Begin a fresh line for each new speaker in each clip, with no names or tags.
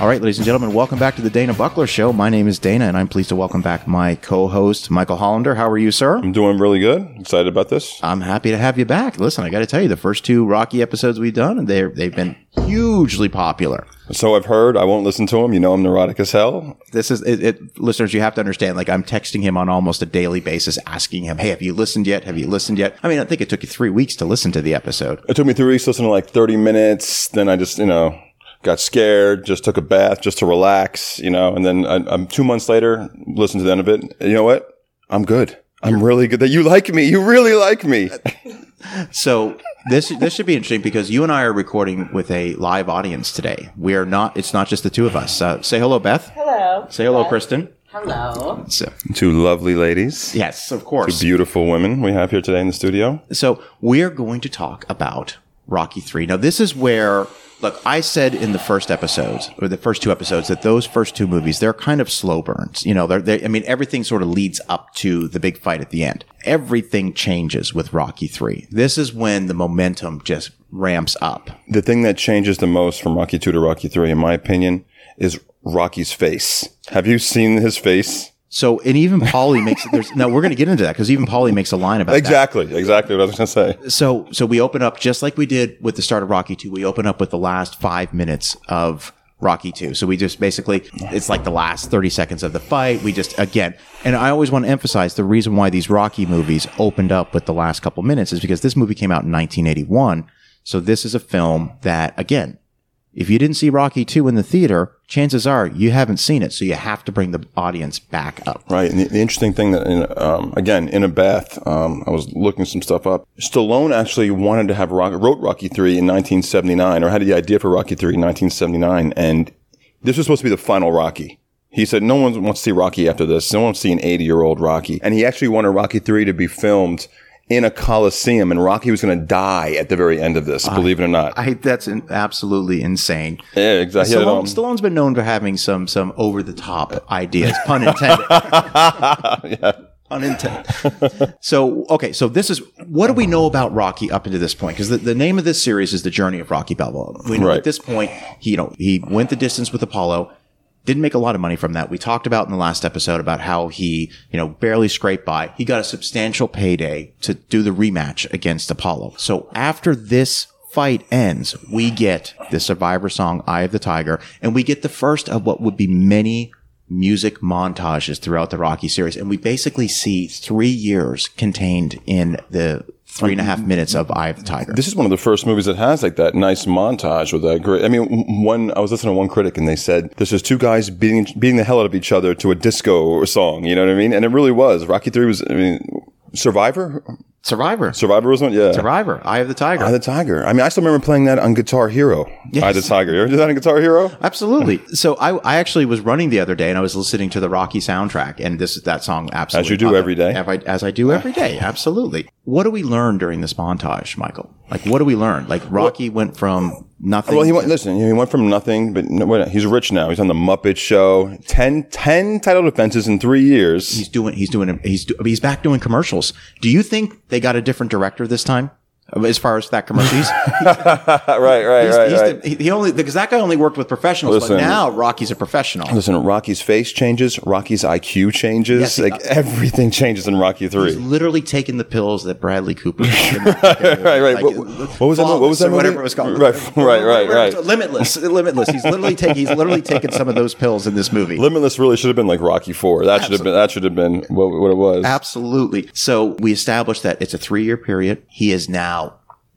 All right, ladies and gentlemen, welcome back to the Dana Buckler Show. My name is Dana, and I'm pleased to welcome back my co host, Michael Hollander. How are you, sir?
I'm doing really good. Excited about this.
I'm happy to have you back. Listen, I got to tell you, the first two Rocky episodes we've done, they're, they've been hugely popular.
So I've heard. I won't listen to him. You know I'm neurotic as hell.
This is, it, it, listeners, you have to understand, like, I'm texting him on almost a daily basis, asking him, hey, have you listened yet? Have you listened yet? I mean, I think it took you three weeks to listen to the episode.
It took me three weeks to listen to like 30 minutes. Then I just, you know, got scared, just took a bath just to relax, you know, and then I, I'm two months later, listened to the end of it. And you know what? I'm good. I'm really good. That you like me. You really like me.
So this this should be interesting because you and I are recording with a live audience today. We are not. It's not just the two of us. Uh, say hello, Beth.
Hello.
Say hello, Kristen.
Hello.
So,
Two lovely ladies.
yes, of course.
Beautiful women we have here today in the studio.
So we are going to talk about Rocky Three. Now, this is where look. I said in the first episodes or the first two episodes that those first two movies they're kind of slow burns. You know, they're, they I mean, everything sort of leads up to the big fight at the end. Everything changes with Rocky Three. This is when the momentum just ramps up.
The thing that changes the most from Rocky 2 to Rocky 3, in my opinion, is Rocky's face. Have you seen his face?
So, and even Polly makes there's no. We're going to get into that because even Polly makes a line about that.
Exactly. Exactly what I was going to say.
so so we open up just like we did with the start of Rocky 2. We open up with the last 5 minutes of Rocky 2. So we just basically it's like the last 30 seconds of the fight. We just again, and I always want to emphasize the reason why these Rocky movies opened up with the last couple minutes is because this movie came out in 1981. So this is a film that again, if you didn't see Rocky 2 in the theater, chances are you haven't seen it. So you have to bring the audience back up.
Right. And the, the interesting thing that, in, um, again, in a bath, um, I was looking some stuff up. Stallone actually wanted to have Rock, wrote Rocky Three in 1979, or had the idea for Rocky Three in 1979, and this was supposed to be the final Rocky. He said no one wants to see Rocky after this. No one wants to see an 80 year old Rocky, and he actually wanted Rocky Three to be filmed in a coliseum, and Rocky was going to die at the very end of this. believe it or not.
I, that's an, absolutely insane.
yeah, exactly. He had um, it all-
Stallone, Stallone's been known for having some some over the top ideas, pun intended. Pun intended. so okay, so this is what do we know about Rocky up until this point? Because the, the name of this series is the Journey of Rocky Balboa. We know
Right.
at this point, he, you know, he went the distance with Apollo. Didn't make a lot of money from that. We talked about in the last episode about how he, you know, barely scraped by. He got a substantial payday to do the rematch against Apollo. So after this fight ends, we get the Survivor song, Eye of the Tiger, and we get the first of what would be many music montages throughout the Rocky series. And we basically see three years contained in the three and a half minutes of Eye of the Tiger.
This is one of the first movies that has like that nice montage with that great. I mean, w- one I was listening to one critic and they said this is two guys beating beating the hell out of each other to a disco song. You know what I mean? And it really was. Rocky Three was. I mean, Survivor.
Survivor.
Survivor was one. Yeah.
Survivor, Eye of the Tiger.
Eye of the Tiger. I mean, I still remember playing that on Guitar Hero. Eye of the Tiger. You ever did that on Guitar Hero?
Absolutely. So I, I actually was running the other day and I was listening to the Rocky soundtrack and this is that song absolutely.
As you do
popped
every
up.
day.
As I, as I do every day. Absolutely. What do we learn during this montage, Michael? Like what do we learn? Like Rocky went from nothing.
Well, he went. Listen, he went from nothing, but no, wait, he's rich now. He's on the Muppet Show. 10, 10 title defenses in three years.
he's doing, he's doing, he's, do, he's back doing commercials. Do you think they got a different director this time? uh, As far as that commercial, he's,
right, right,
he's,
right,
he's
right.
the- he- he only because that guy only worked with professionals,
Listen.
but now Rocky's a professional.
Listen, Rocky's face changes, Rocky's IQ changes,
Yes, he
like everything changes in Rocky
He's
Three.
literally taking the pills that Bradley Cooper.
Right, right.
Like,
what, what was that? What was
Flawless or
that? movie?
Whatever it was called.
Right, right, right, right.
Limitless, limitless. He's literally taking. He's literally taking some of those pills in this movie.
Limitless really should have been like Rocky Four. That should have been. That should have been what, what it was.
Absolutely. So we established that it's a three-year period. He is now.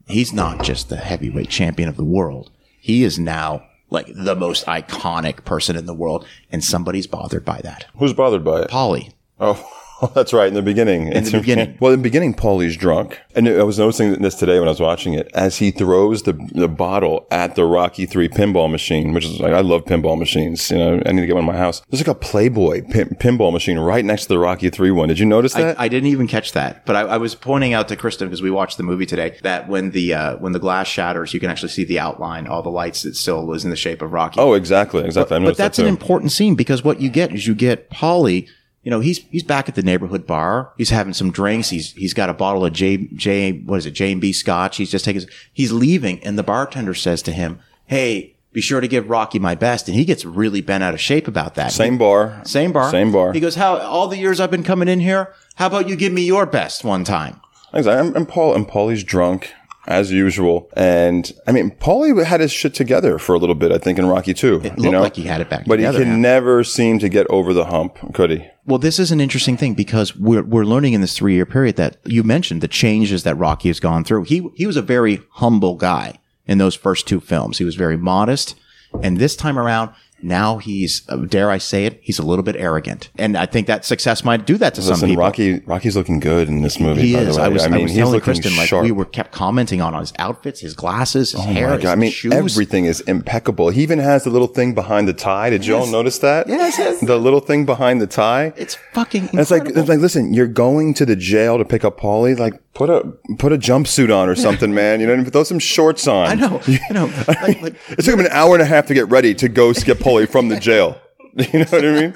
He's not just the heavyweight champion of the world. He is now like the most iconic person in the world, and somebody's bothered by that.
Who's bothered by it?
Polly.
Oh, That's right, in the beginning. In
the beginning.
Well, in the beginning, Paulie's drunk. And I was noticing this today when I was watching it. As he throws the, the bottle at the Rocky 3 pinball machine, which is like, I love pinball machines. You know, I need to get one in my house. There's like a Playboy pin, pinball machine right next to the Rocky 3 one. Did you notice that?
I didn't even catch that, but I, I was pointing out to Kristen because we watched the movie today that when the uh, when the glass shatters, you can actually see the outline, all the lights that still was in the shape of Rocky.
oh, exactly. Exactly. I
but
noticed
that's
that
an
too.
important scene because what you get is you get Polly. You know, he's he's back at the neighborhood bar. He's having some drinks. He's he's got a bottle of J J what is it J and B Scotch. He's just taking. He's leaving, and the bartender says to him, "Hey, be sure to give Rocky my best." And he gets really bent out of shape about that.
Same bar.
Same bar.
Same bar.
He goes, "How all the years I've been coming in here? How about you give me your best one time?"
Exactly. And, and Paul and Paulie's drunk as usual. And I mean, Paulie had his shit together for a little bit, I think, in Rocky too. It
looked like he had it back
but
together,
he could
yeah.
never seem to get over the hump, could he?
Well, this is an interesting thing because we're, we're learning in this three year period that you mentioned the changes that Rocky has gone through. He, he was a very humble guy in those first two films. He was very modest. And this time around, now he's, uh, dare I say it, he's a little bit arrogant. And I think that success might do that to some
Listen,
people.
Rocky, Rocky's looking good in this movie.
he
by
is.
The way.
I was, I
mean,
was
he's
telling
looking
Kristen, like,
sharp.
we were kept commenting on his outfits, his glasses, his
Oh my
hair,
God.
his
I mean,
shoes.
everything is impeccable. He even has the little thing behind the tie. Did you all notice that?
Yes, yes.
The little thing behind the tie.
It's fucking
And it's like
incredible.
it's like listen, you're going to the jail to pick up Paulie. Like put a put a jumpsuit on or something, man. You know, what I mean? throw some shorts on.
I know, I know. Like, like,
It took him an hour and a half to get ready to go skip Paulie from the jail. You know what I mean?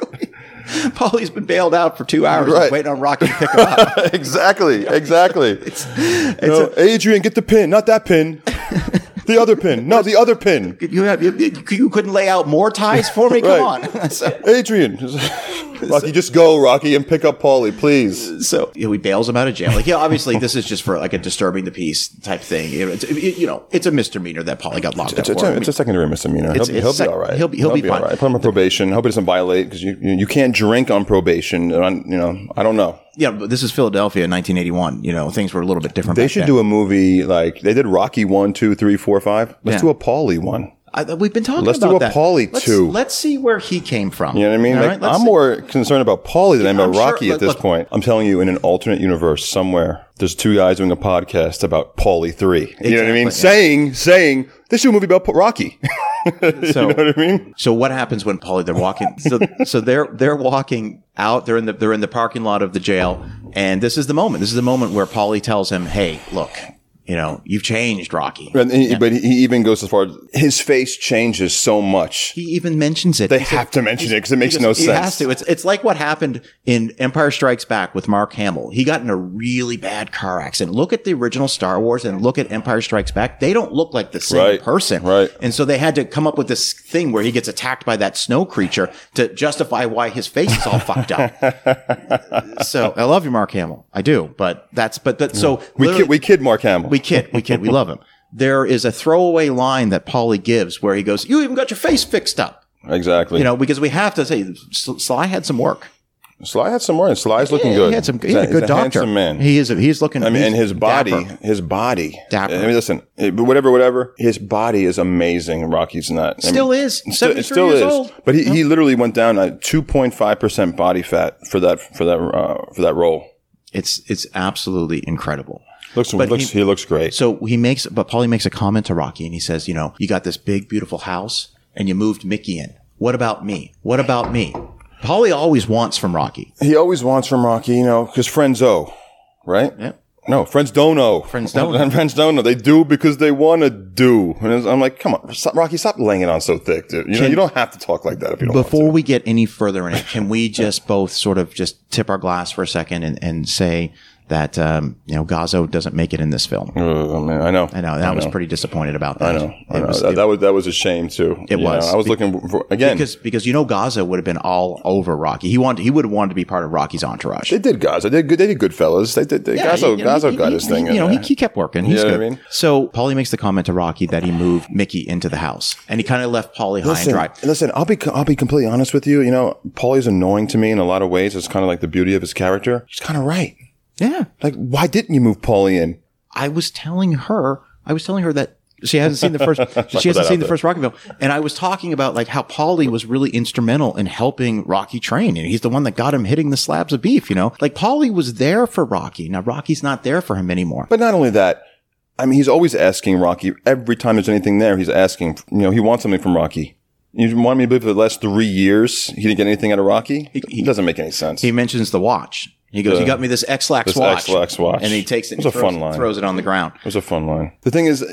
Paulie's been bailed out for two hours
Right.
waiting on Rocky to pick him up.
exactly, exactly. You know, Adrian, get the pin, not that pin. The other pin, no, the other pin.
you, have, you, you couldn't lay out more ties for me. Come
Right.
on. so,
Adrian, Rocky, just go, Rocky, and pick up Paulie, please.
so you know, he bails him out of jail. Like, yeah, obviously this is just for like a disturbing the peace type thing. It- it's- it- you know, it's a misdemeanor that Polly got locked up
It's, it's,
for. I
a,
mean,
it's a secondary misdemeanor. He'll,
It's-
be-
it's
he'll
sec-
be all right.
he'll be- he'll be fine.
all right. Put him on probation. Hope he doesn't violate because you, you you can't drink on probation. And I'm- you know, I don't know.
yeah, but this is Philadelphia in 1981. You know, things were a little bit different.
They should do a movie like they did Rocky one, two, three, four, five. Let's
Yeah.
do a Paulie one.
I, we've been talking
Let's do
about
a
that.
Pauly
let's,
two.
Let's see where he came from.
You know what I mean?
All
Like,
right, let's
I'm
see.
more concerned about Paulie than I am
I'm
about
sure-
Rocky at
look-
this
look.
point. I'm telling you, in an alternate universe somewhere, there's two guys doing a podcast about Paulie three. you know what
Exactly,
I mean?
yeah.
Saying, saying, this is a movie about Pa- Rocky.
So,
you know what I mean?
So what happens when Polly they're walking so so they're they're walking out they're in the they're in the parking lot of the jail and this is the moment this is the moment where Polly tells him hey look you know you've changed Rocky
And he- But he even goes as far as his face changes so much.
he even mentions it
they have to mention it because it makes no
he
sense.
has to it's it's like what happened in Empire Strikes Back with Mark Hamill he got in a really bad car accident look at the original Star Wars and look at Empire Strikes Back they don't look like the same
Right,
person
right.
and so they had to come up with this thing where he gets attacked by that snow creature to justify why his face is all fucked up. so I love you, Mark Hamill. I do, but that's but but so
We kid, we kid Mark Hamill.
we kid we kid we love him. There is a throwaway line that Paulie gives where he goes, "You even got your face fixed up,"
exactly.
you know, because we have to say S- Sly had some work.
Sly had some more, and Sly's looking
He
good.
had some. He's
He's
a good
he's
doctor.
handsome man.
He is. A, he's looking.
I mean,
he's
and his body,
dapper.
his body.
Dapper.
I mean, listen, it- but whatever, whatever. His body is amazing. Rocky's not. I
still
mean,
is.
it
Seventy
it
three years old.
But he, he literally went down at two point five percent body fat for that for that uh, for that role.
It's it's absolutely incredible.
Looks looks he, looks great.
So he makes, but Paulie makes a comment to Rocky and he says, you know, you got this big, beautiful house and you moved Mickey in. What about me? What about me? Paulie always wants from Rocky.
He always wants from Rocky, you know, because friends owe, right?
Yeah.
No, friends don't know.
Friends don't know.
friends don't know. They do because they want to do. And it's- I'm like, come on, stop, Rocky, stop laying it on so thick, dude. You know, you don't have to talk like that if you don't. want to.
Before we get any further in it, can we just both sort of just tip our glass for a second and, and say that, um, you know, Gazzo doesn't make it in this film?
Oh man, I know.
I know that was pretty disappointed about that.
I know. I
It
know.
was-
that, that was that was a shame too. It
was.
I was looking for again.
because, because you know, Gaza would have been all over Rocky. He wanted, he would have wanted to be part of Rocky's entourage.
they did Gaza. They did good. They did good fellas. They did. They,
Yeah,
Gaza,
you know,
Gaza
he-
got
he-
his thing.
He, you
in
know, he,
there.
he kept working. He's
know what I
good.
mean?
So Paulie makes the comment to Rocky that he moved Mickey into the house, and he kind of left Paulie high and
Listen,
dry.
listen, I'll be I'll be completely honest with you. You know, Paulie's annoying to me in a lot of ways. It's kind of like the beauty of his character. He's kind of right.
Yeah,
Like, why didn't you move Paulie in?
I was telling her, I was telling her that She hasn't seen the first. she
that
hasn't
out
seen the
there.
first Rocky film. And I was talking about like how Paulie was really instrumental in helping Rocky train, and he's the one that got him hitting the slabs of beef. You know, like Paulie was there for Rocky. Now Rocky's not there for him anymore.
But not only that, I mean, he's always asking Rocky. Every time there's anything there, he's asking. You know, he wants something from Rocky. You want me to believe for the last three years he didn't get anything out of Rocky? It doesn't make any sense.
He mentions the watch. He goes, "You got me this X-Lax
this
watch."
Xlax watch.
and he takes it.
It was
and
a
throws,
fun line.
Throws it on the ground.
It was a fun line. The thing is,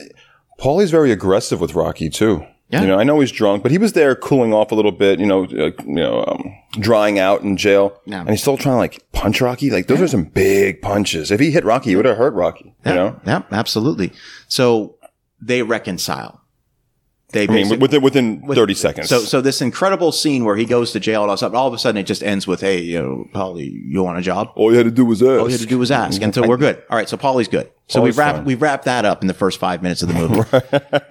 Paulie's very aggressive with Rocky too.
Yeah.
You know, I know he's drunk, but he was there cooling off a little bit. You know, uh, you know, um, drying out in jail,
Yeah.
and he's still trying to like punch Rocky. Like those are some big punches. If he hit Rocky, he would have hurt Rocky. You know,
Yeah, absolutely. So they reconcile. They
I mean,
basic-
within within thirty seconds.
So, so this incredible scene where he goes to jail and all, stuff, all of a sudden it just ends with, "Hey, you know, Polly, you want a job?
all you had to do was ask.
All you had to do was ask." And so we're good. All right, so Polly's good. So
Pauly's
we wrap
fine.
we wrap that up in the first five minutes of the movie.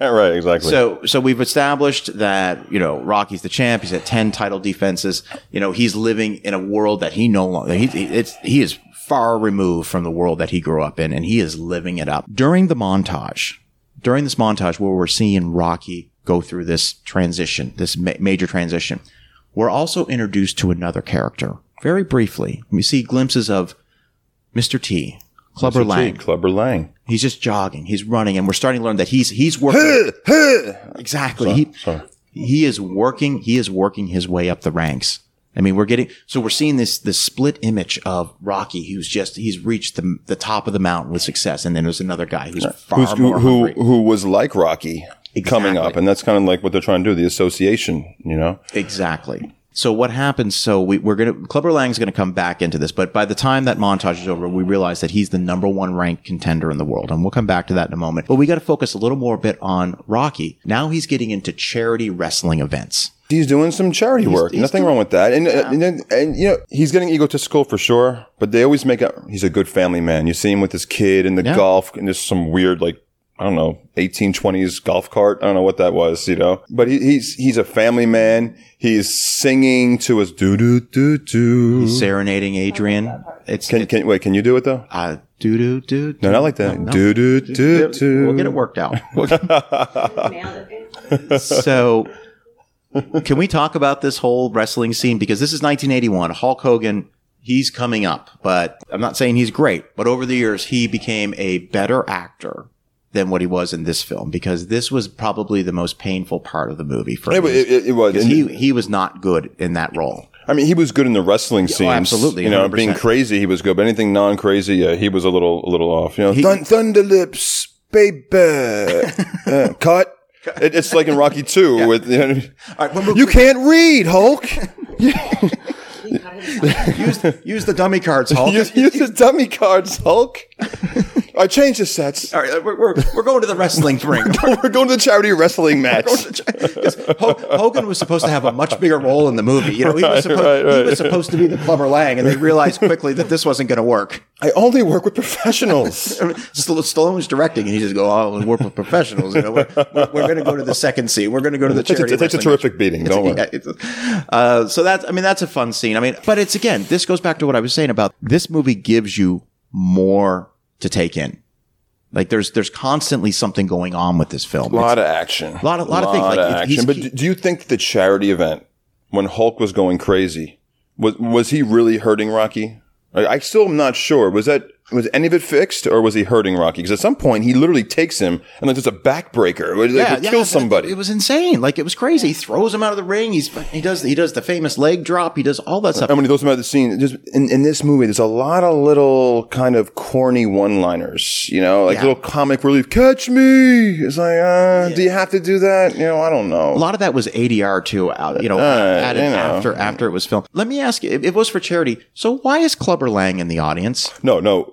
right, exactly.
So, so we've established that you know Rocky's the champ. He's at ten title defenses. You know he's living in a world that he no longer he he- it's he is far removed from the world that he grew up in, and he is living it up during the montage. During this montage, where we're seeing Rocky go through this transition, this ma- major transition, we're also introduced to another character very briefly. We see glimpses of Mr. T. Clubber
Mr. T,
Lang.
Clubber Lang.
He's just jogging. He's running, and we're starting to learn that he's he's working. exactly. he, he is working. He is working his way up the ranks. I mean, we're getting so we're seeing this this split image of Rocky, who's just he's reached the the top of the mountain with success, and then there's another guy who's far
Who's, who,
more
who
hungry.
who was like Rocky coming
Exactly.
up, and that's kind of like what they're trying to do. The association, you know.
Exactly. So what happens? So we, we're gonna Clubber Lang's gonna come back into this, but by the time that montage is over, we realize that he's the number one ranked contender in the world, and we'll come back to that in a moment. But we got to focus a little more bit on Rocky. Now he's getting into charity wrestling events.
He's doing some charity work. Nothing wrong with that. And, uh, and and and, you know he's getting egotistical for sure. But they always make out he's a good family man. You see him with his kid in the golf and just some weird like I don't know 1820s golf cart. I don't know what that was. You know. But he, he's he's a family man. He's singing to us. Do do do do.
Serenading Adrian. It's
Mm-hmm. Can, can wait? Can you do it though?
uh, do do do.
No, not like that. Do do do do.
We'll get it worked out. so, can we talk about this whole wrestling scene? Because this is 1981. Hulk Hogan, he's coming up, but I'm not saying he's great, but over the years, he became a better actor than what he was in this film because this was probably the most painful part of the movie for
It,
him.
it, it- it was. And-
He, he was not good in that role.
I mean, he was good in the wrestling scenes.
absolutely,
You know, being
100%.
crazy, he was good. But anything non-crazy, yeah, he was a little, a little off. You know, Thun- Thunder Lips, baby, Uh, cut. It, it's like in Rocky Two with you, know, you can't read Hulk.
Use, use the dummy cards, Hulk.
you use the dummy cards, Hulk. I changed the sets.
All right, we're, we're, we're going to the wrestling ring.
We're going to the charity wrestling match.
'Cause Ho- Hogan was supposed to have a much bigger role in the movie. You know, he, was supposed,
right,
he
right.
was supposed to be the Clubber Lang, and they realized quickly that this wasn't going to work.
I only work with professionals.
I mean, St- Stallone was directing, and he just go, "Oh, we're professionals. You know, we're, we're, we're going to go to the second scene. We're going to go to the
It takes,
charity."
it takes a
wrestling match."
terrific beating. Don't worry.
Yeah, it's- uh, so that's, I mean, that's a fun scene. I mean, but it's again, this goes back to what I was saying about this movie gives you more to take in. Like there's there's constantly something going on with this film.
A lot of action. A
Lot of- lot of things. Like, it- he's
action. But
key-
do- do you think the charity event when Hulk was going crazy was was he really hurting Rocky? I, I still am not sure. Was that was any of it fixed or was he hurting Rocky? Because at some point he literally takes him and like there's a backbreaker. Like, yeah,
yeah,
kills
but
somebody.
It was insane. Like it was crazy. He throws him out of the ring. He's he does he does the famous leg drop. He does all that stuff.
and when he throws him out of the scene, just in, in this movie, there's a lot of little kind of corny one-liners, you know, like
Yeah.
little comic relief. Catch me! It's like, uh, do you have to do that? You know, I don't know.
A lot of that was ADR too. Out you know added
Uh, you know.
after after it was filmed. Let me ask you. It, it was for charity. So why is Clubber Lang in the audience?
No, no.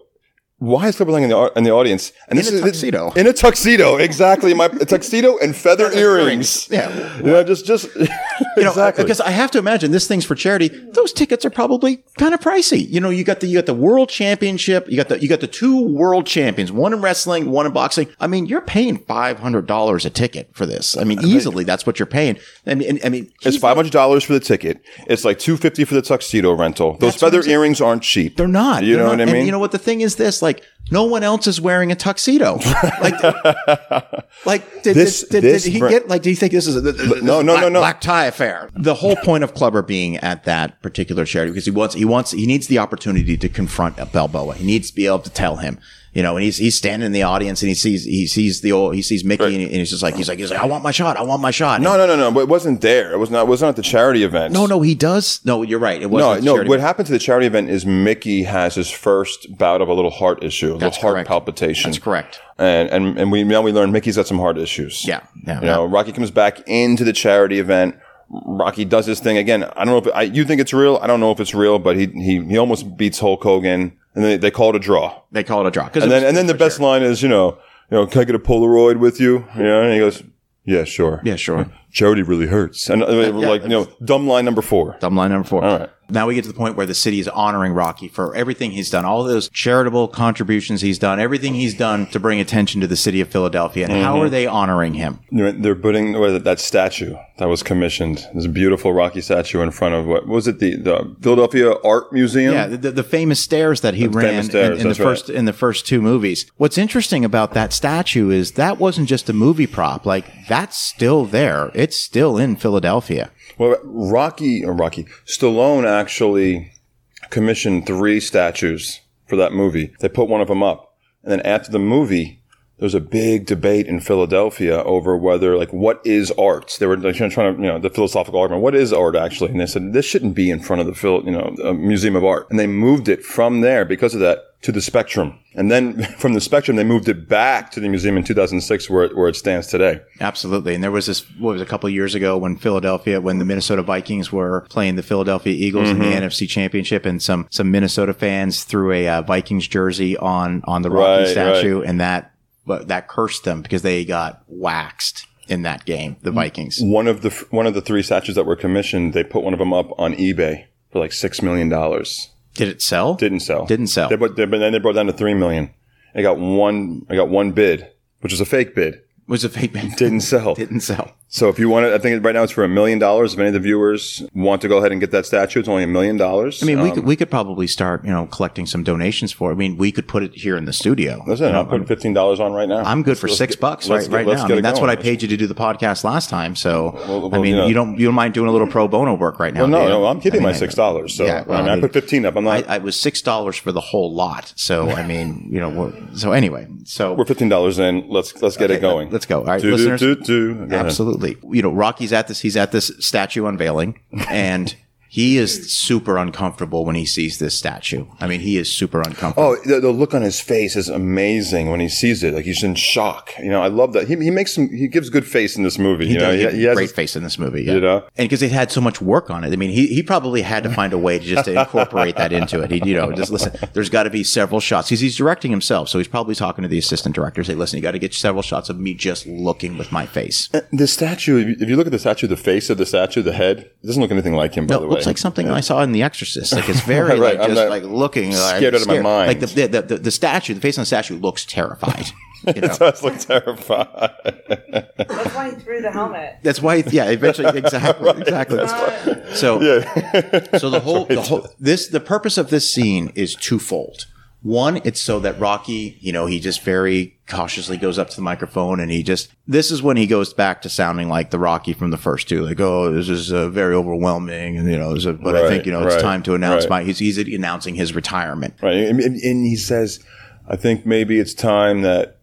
Why is Clubber Lang in the, au- in the audience? And
In a tuxedo.
in a tuxedo, exactly. My a tuxedo and feather earrings.
Yeah.
You know, just just
You know,
exactly.
Because I have to imagine this thing's for charity. Those tickets are probably kind of pricey. You know, you got the you got the world championship. You got the you got the two world champions, one in wrestling, one in boxing. I mean, you're paying five hundred dollars a ticket for this. I mean, easily that's what you're paying. I mean, I mean,
it's five hundred dollars for the ticket. It's like two fifty for the tuxedo rental. Those
what
feather earrings aren't cheap.
They're not.
You
They're
know
not.
what I
And
mean?
you know what? The thing is this, like, No one else is wearing a tuxedo. like, like did,
This-
did, did,
this
did he
br-
get? Like, do you think this is a, th- th- this
no,
is
no,
black,
no, no.
black tie affair? The whole point of Clubber being at that particular charity because he wants he wants he needs the opportunity to confront Balboa. He needs to be able to tell him. You know, and he's he's standing in the audience and he sees he sees the old he sees Mickey and, he- and he's just like he's like he's like I want my shot I want my shot "Oh,
No, no, no, no. But it wasn't there. It was not. It was not at the charity event.
no no he does no you're right it
No,
wasn't
no.
charity.
What happened to the charity event is Mickey has his first bout of a little heart issue, a little
That's
heart
correct.
palpitation.
that's correct
And and and we now we learn Mickey's got some heart issues.
Yeah, yeah,
You know, Rocky comes back into the charity event. Rocky does his thing again. I don't know if I, you think it's real. I don't know if it's real, but he he he almost beats Hulk Hogan, and they, they call it a draw.
they call it a draw 'Cause
And
it
then
was-
and then the best line is you know you know can I get a Polaroid with you? You know, and he goes, yeah, sure.
yeah sure
Charity really hurts. And uh, like you know, dumb line number four.
Dumb line number four.
All right.
Now we get to the point where the city is honoring Rocky for everything he's done, all those charitable contributions he's done, everything he's done to bring attention to the city of Philadelphia. And
Mm-hmm.
how are they honoring him?
They're, they're putting or that, that statue that was commissioned. This beautiful Rocky statue in front of what was it? The, the Philadelphia Art Museum.
Yeah, the, the, the famous stairs that he ran in-
stairs,
in, the
that's right.
first in the first two movies. What's interesting about that statue is that wasn't just a movie prop; like that's still there. It's still in Philadelphia.
Well, Rocky or Rocky Stallone actually commissioned three statues for that movie. They put one of them up, and then after the movie, there was a big debate in Philadelphia over whether like what is art. They were like, trying to you know the philosophical argument. What is art actually? And they said this shouldn't be in front of the Phil you know uh, Museum of Art, and they moved it from there because of that to the Spectrum, and then from the Spectrum they moved it back to the museum in 2006 where it, where it stands today.
Absolutely. And there was this, what was it, a couple of years ago when Philadelphia, when the Minnesota Vikings were playing the Philadelphia Eagles
Mm-hmm.
in the NFC Championship and some, some Minnesota fans threw a uh, Vikings jersey on, on the Rocky
Right,
statue and that, but that cursed them because they got waxed in that game, the Vikings.
one of the one of the three statues that were commissioned, they put one of them up on eBay for like six million dollars.
Did it sell?
Didn't sell.
Didn't sell.
They put, they, but then they brought it down to three million. I got one. I got one bid, which is a fake bid.
was a fake band.
Didn't sell.
Didn't sell.
So if you want it, I think right now it's for a million dollars. If any of the viewers want to go ahead and get that statue, it's only a million dollars.
I mean, we could, we could probably start, you know, collecting some donations for it. I mean, we could put it here in the studio.
That's it. I'll put fifteen dollars on right now.
I'm good for
Let's
six
get-
bucks
let's
right,
get-
right
let's
now. I
get
mean,
it
that's
going.
what I paid you to do the podcast last time. So I
well,
mean,
yeah.
you don't you don't mind doing a little pro bono work right now? do
No,
you?
no, I'm keeping
I mean,
my six dollars. So
Yeah, well,
I, mean,
I
I
mean-
put fifteen up. I'm
I,
not.
I was six dollars for the whole lot. So I mean, you know, we're, so anyway, so
we're fifteen dollars in. Let's let's get it going.
let's go. All right,
Do, do,
listeners.
do, do. Go ahead.
Absolutely. You know, Rocky's at this. He's at this statue unveiling, and he is super uncomfortable when he sees this statue. I mean, he is super uncomfortable.
Oh, the, the look on his face is amazing when he sees it. Like he's in shock. You know, I love that. He, he makes some. He gives good face in this movie. you know,
Yeah, he had
he, he has.
great
his-
face in this movie, yeah.
You know?
and because they had so much work on it. I mean, he, he probably had to find a way to just to incorporate that into it. He, you know, just listen. There's got to be several shots. He's he's directing himself, so he's probably talking to the assistant director. Say, listen, you got to get several shots of me just looking with my face.
the statue. if you- If you look at the statue, the face of the statue, the head, it doesn't look anything like him. By
No,
the
it
way,
looks like something I saw in The Exorcist. Like it's very
Right,
like
I'm
just
not-
like looking like,
scared out of my mind.
Like the the, the the statue, the face on the statue looks terrified. You know?
it does look terrifying.
That's why he threw the helmet.
That's why, yeah, eventually, exactly, exactly. So, so the whole, the whole, this, the purpose of this scene is twofold. One, it's so that Rocky, you know, he just very cautiously goes up to the microphone and he just, this is when he goes back to sounding like the Rocky from the first two. Like, oh, this is uh, very overwhelming. And, you know, it's a- but I think,
Right,
you know, it's
right,
time to announce
right.
my, he's, he's announcing his retirement.
right? And, and- and he says, "I think maybe it's time that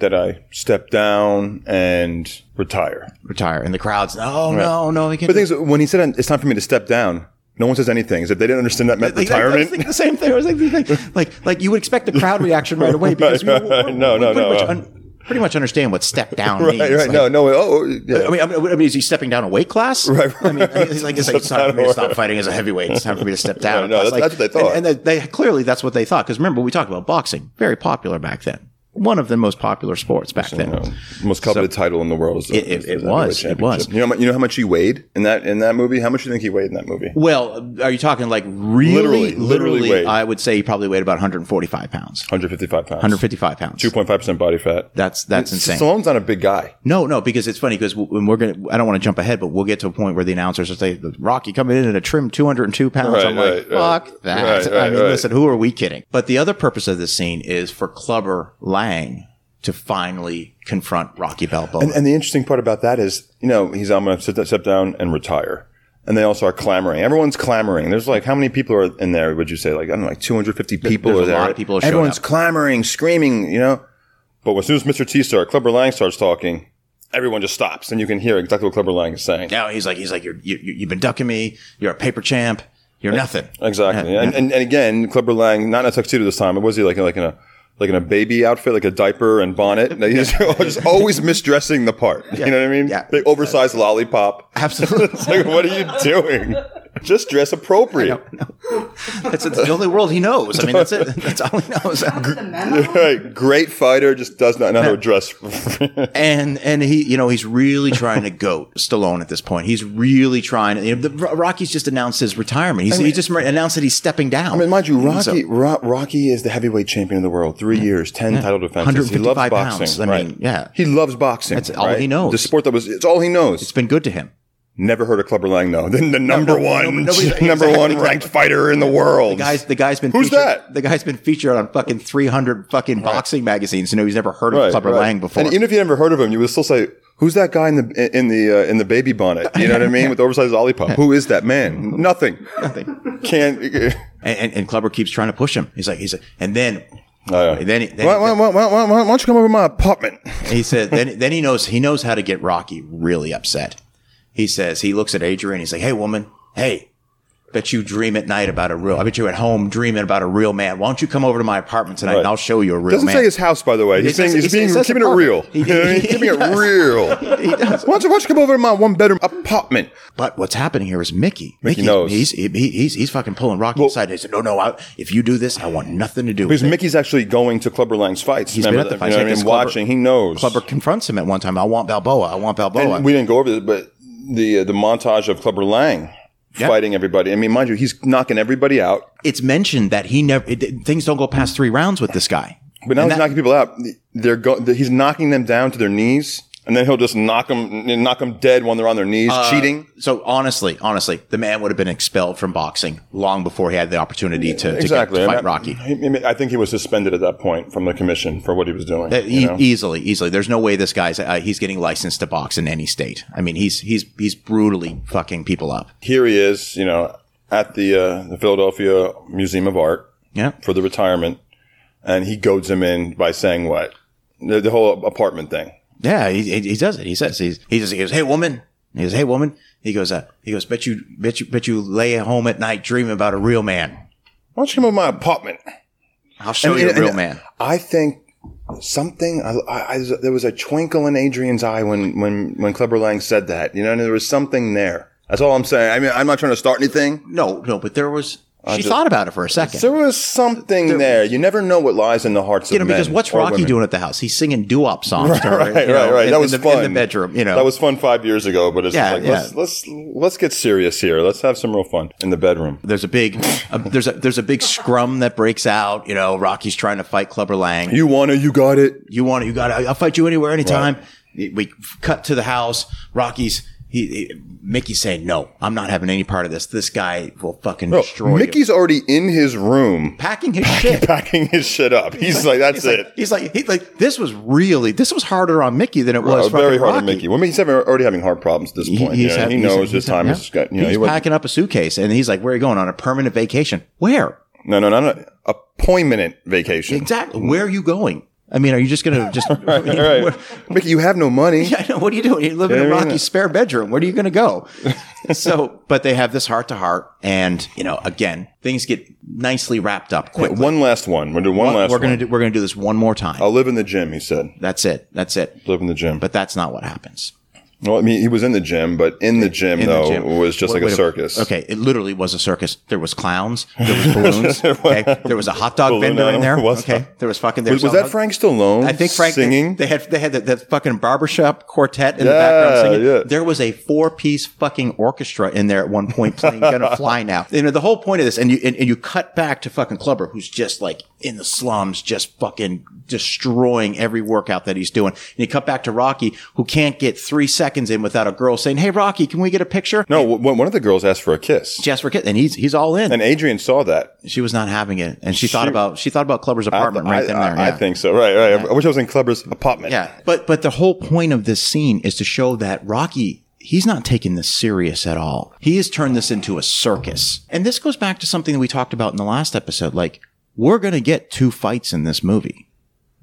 that I step down and retire."
Retire. And the crowd's, oh, no, no, he can't.
But the thing is, when he said it's time for me to step down, no one says anything. As if they didn't understand that meant
Like, I- I was
retirement.
thinking the same thing. I was like, like, like, like you would expect the crowd reaction right away because
Right,
we- we-
right.
we-
No,
we
no,
pretty
no,
much
no.
un- pretty much understand what step down means.
Right, right.
Like,
no, no. Oh, oh, yeah.
I mean, I mean, I mean, is he stepping down a weight class? Right. I mean, I mean, it's like, it's, like, it's time for me to stop fighting as a heavyweight. It's time for me to step down.
no,
It's
that's-
like-
that's what they thought.
And, and they, they- clearly that's what they thought. Because remember, we talked about boxing, very popular back then. one of the most popular sports back then.
know, most coveted title in the world. Is the,
It- it-
is the
it was,
heavyweight
it was.
championship. You know, how mu- you know how much he weighed in that in that movie. How much do you think he weighed in that movie?
Well, are you talking like really,
Literally, literally weighed.
I would say he probably weighed about 145 pounds,
155 pounds.
155 pounds.
2.5 percent body fat.
That's that's insane.
Stallone's not a big guy.
No, no, because it's funny because when we're gonna, I don't want to jump ahead, but we'll get to a point where the announcers will say, "Rocky coming in at a trim 202 pounds."
Right,
I'm like,
right, right.
"Fuck that!"
Right, right,
I mean,
right.
listen, who are we kidding? But the other purpose of this scene is for Clubber Lang to finally confront Rocky Balboa.
And the interesting part about that is, you know, he's I'm going to sit, step down and retire. And they also are clamoring. Everyone's clamoring. There's like how many people are in there? Would you say like I don't know, like 250 people
There's
are
a
there.
lot of people who showed
Everyone's
up.
clamoring, screaming. You know, but as soon as Mr. T starts, Clubber Lang starts talking, everyone just stops, and you can hear exactly what Clubber Lang is saying.
now he's like, he's like, you're, you, you- you've been ducking me. You're a paper champ. You're nothing.
Exactly. And, and, and again, Clubber Lang, not in a tuxedo this time. It was he like like in a like in a baby outfit, like a diaper and bonnet. And he's just always misdressing the part. You know what I mean?
Yeah.
Big oversized lollipop.
Absolutely.
It's like, what are you doing? Just dress appropriate.
That's, that's the only world he knows. I mean, that's it. That's all he knows.
The memo?
Right. Great fighter just does not know how to dress.
and and he you know he's really trying to goat Stallone at this point. He's really trying. You know, the, Rocky's just announced his retirement. He's, he just re- announced that he's stepping down.
I mean, mind you,
So-
Rocky Ro- Rocky is the heavyweight champion of the world. Three years, ten title defenses. He loves
155
boxing.
pounds. I
right.
mean, yeah.
he loves boxing.
That's all
right?
he knows.
The sport that was—it's all he knows.
it's been good to him.
Never heard of Clubber Lang, though. The, the number
no,
one,
nobody-
number one ranked fighter in the world.
The Guys, the guy's been
Who's
featured,
that?
The guy's been featured on fucking three hundred fucking boxing magazines. You know, he's never heard of Clubber Lang before.
And even if you never heard of him, you would still say, "Who's that guy in the in the uh, in the baby bonnet?" You know what I mean? With the oversized lollipop. Who is that man? Nothing.
Mm-hmm. Nothing.
Can't.
and, and, and Clubber keeps trying to push him. He's like, he's like, and then,
Oh, yeah.
and then, then,
why, why, why, why, why, why don't you come over to my apartment?
he said then then he knows he knows how to get Rocky really upset. He says he looks at Adrian. He's like, "Hey, woman, hey, bet you dream at night about a real. I bet you at home dreaming about a real man. Why don't you come over to my apartment tonight and I'll show you a real
Doesn't
man?"
say his house, by the way. He's
He
saying
does-
he's
he
being
says
keeping it real.
apartment.
You know what I mean?
He-
Keeping it
he-
real.
he does.
Why don't you why don't you come over to my one bedroom apartment?
But what's happening here is Mickey. Mickey,
knows.
He's he, he- he's he's fucking pulling Rocky aside. He said, "No, no, I, if you do this, I want nothing to do with
Because
it."
Mickey's actually going to Clubber Lang's fights.
He's been
remember
at the
that? You
fights.
know what I
Like
mean?
this Clubber-
Watching, he knows.
Clubber confronts him at one time. I want Balboa. I want Balboa.
And we didn't go over this, but the uh, the montage of Clubber Lang
Yeah.
fighting everybody. I mean, mind you, he's knocking everybody out,
it's mentioned that he never it, things don't go past three rounds with this guy.
but now
And
he's
that-
knocking people out. They're go- the- he's knocking them down to their knees, and then he'll just knock them knock them dead when they're on their knees,
Uh,
cheating.
So honestly, honestly, the man would have been expelled from boxing long before he had the opportunity to, to,
Exactly.
get, to
And
fight
I-
Rocky.
I, mean, I think he was suspended at that point from the commission for what he was doing.
Uh,
you
e-
know?
easily, easily. There's no way this guy's uh, he's getting licensed to box in any state. I mean, he's he's he's brutally fucking people up.
Here he is, you know, at the uh, the Philadelphia Museum of Art.
Yeah.
for the retirement, and he goads him in by saying what the, the whole apartment thing.
Yeah, he, he, he does it. He says he's he just he goes, "Hey woman." He goes, "Hey woman." He goes, uh, "He goes, bet you bet you bet you lay at home at night dreaming about a real man.
Why don't you come over to my apartment?
I'll show
And-
you a
and-
real
and
man."
I think something. I, I, I- there was a twinkle in Adrian's eye when when when Clubber Lang said that. You know, and there was something there. That's all I'm saying. I mean, I'm not trying to start anything.
No, no, but there was she thought about it for a second.
There was something there. You never know what lies in the hearts
you
of
know,
men.
because what's
or
Rocky
women.
doing at the house? He's singing doo-wop songs. to her,
Right, right,
you know,
right.
in-
that
in
was
the-
fun
in the bedroom. You know,
that was fun five years ago. But it's
Yeah,
like let's
yeah.
let's let's get serious here. Let's have some real fun in the bedroom.
there's a big, a, there's a there's a big scrum that breaks out. You know, Rocky's trying to fight Clubber Lang. You,
You want it, you got it.
want it? You got it. I'll fight you anywhere, anytime. We cut to the house. Rocky's. He, he, Mickey's saying, "No, I'm not having any part of this. This guy will fucking destroy you."
Mickey's already in his room
Packing his shit.
packing his shit up. He's like, that's
He's
it.
like, he's like, he, like this was really, this was harder on Mickey than it was.
Uh, very
fucking
hard on
Rocky.
Mickey. Well, I mean, he's having, already having heart problems at this
He-
point. you know,
had-
he knows
he's
his
had-
time
yeah.
is got. You know, he
he's
wasn't-
packing up a suitcase, and he's like, "Where are you going on a permanent vacation? Where
no, no, no, no. Appointment vacation.
exactly? Where are you going? I mean, are you just gonna just?
All right, Mickey, you have no money.
I know. What are you doing? You live in a
Yeah, I mean-
Rocky spare bedroom. Where are you gonna go? so, but they have this heart to heart, and you know, again, things get nicely wrapped up quick.
One last one. We're gonna do one last
we're
one.
gonna do, we're gonna do this one more time.
I'll live in the gym. He said,
That's it. That's it.
"Live in the gym."
But that's not what happens.
Well, I mean, he was in the gym, but in the gym
in the
though
gym.
was just
Wait-
like a
wait
circus.
Okay, it literally was a circus. There was clowns. There was balloons. okay, there was a hot dog
Balloon
vendor in there.
animal was-
okay, there was fucking. There
Was, was that Frank Stallone?
I think Frank
singing.
They, they had they had that, that fucking barbershop quartet in the
Yeah,
background singing.
yeah.
There was a four piece fucking orchestra in there at one point playing "Gonna Fly Now." You know the whole point of this, and you and, and you cut back to fucking Clubber, who's just like in the slums, just fucking destroying every workout that he's doing. And you cut back to Rocky, who can't get three seconds in without a girl saying, "Hey, Rocky, can we get a picture?"
no, w- one of the girls asked for a kiss,
Jasper Kidd, and he's he's all in.
and Adrian saw that.
she was not having it, and she thought
Shoot.
about she thought about Clubber's apartment right
I,
then
I-
and there.
I
yeah.
think so. Right, right. I- I wish I was in Clubber's apartment.
Yeah. But but the whole point of this scene is to show that Rocky he's not taking this serious at all. He has turned this into a circus. And this goes back to something that we talked about in the last episode like we're going to get two fights in this movie.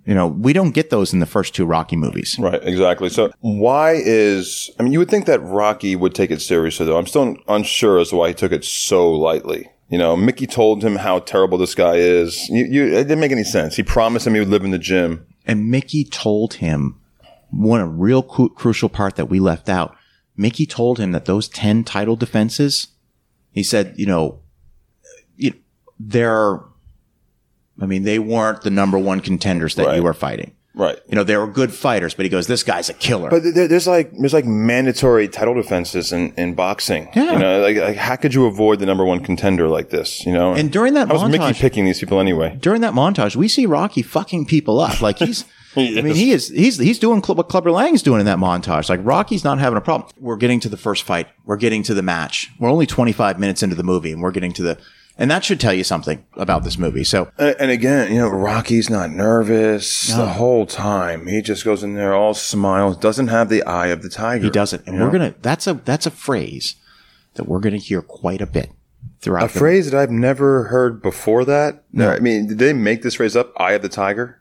You know, we don't get those in the first two Rocky movies.
Right, exactly. So why is I mean you would think that Rocky would take it seriously though. I'm still unsure as to why he took it so lightly. You know, Mickey told him how terrible this guy is. You, you it didn't make any sense. He promised him he would live in the gym.
And Mickey told him one real cu- crucial part that we left out. Mickey told him that those 10 title defenses, he said, you know, you, they're, I mean, they weren't the number one contenders that
Right.
you were fighting.
Right.
You know, they were good fighters, but he goes, this guy's a killer.
But there, there's like there's like mandatory title defenses in, in boxing.
Yeah.
You know, like, like how could you avoid the number one contender like this? You know,
And during that
how was Mickey
montage-
picking these people anyway?
during that montage, we see Rocky fucking people up. Like he's, I mean, he is, he's, he's doing cl- what Clubber Lang's doing in that montage. Like Rocky's not having a problem. We're getting to the first fight. We're getting to the match. We're only 25 minutes into the movie and we're getting to the, and that should tell you something about this movie. So
And, Uh, and again, you know, Rocky's not nervous the whole time. He just goes in there all smiles, doesn't have the eye of the tiger.
he doesn't. And we're going to, that's a, that's a phrase that we're going to hear quite a bit throughout.
A
the-
phrase that I've never heard before that. No, I mean, did they make this phrase up? Eye of the tiger.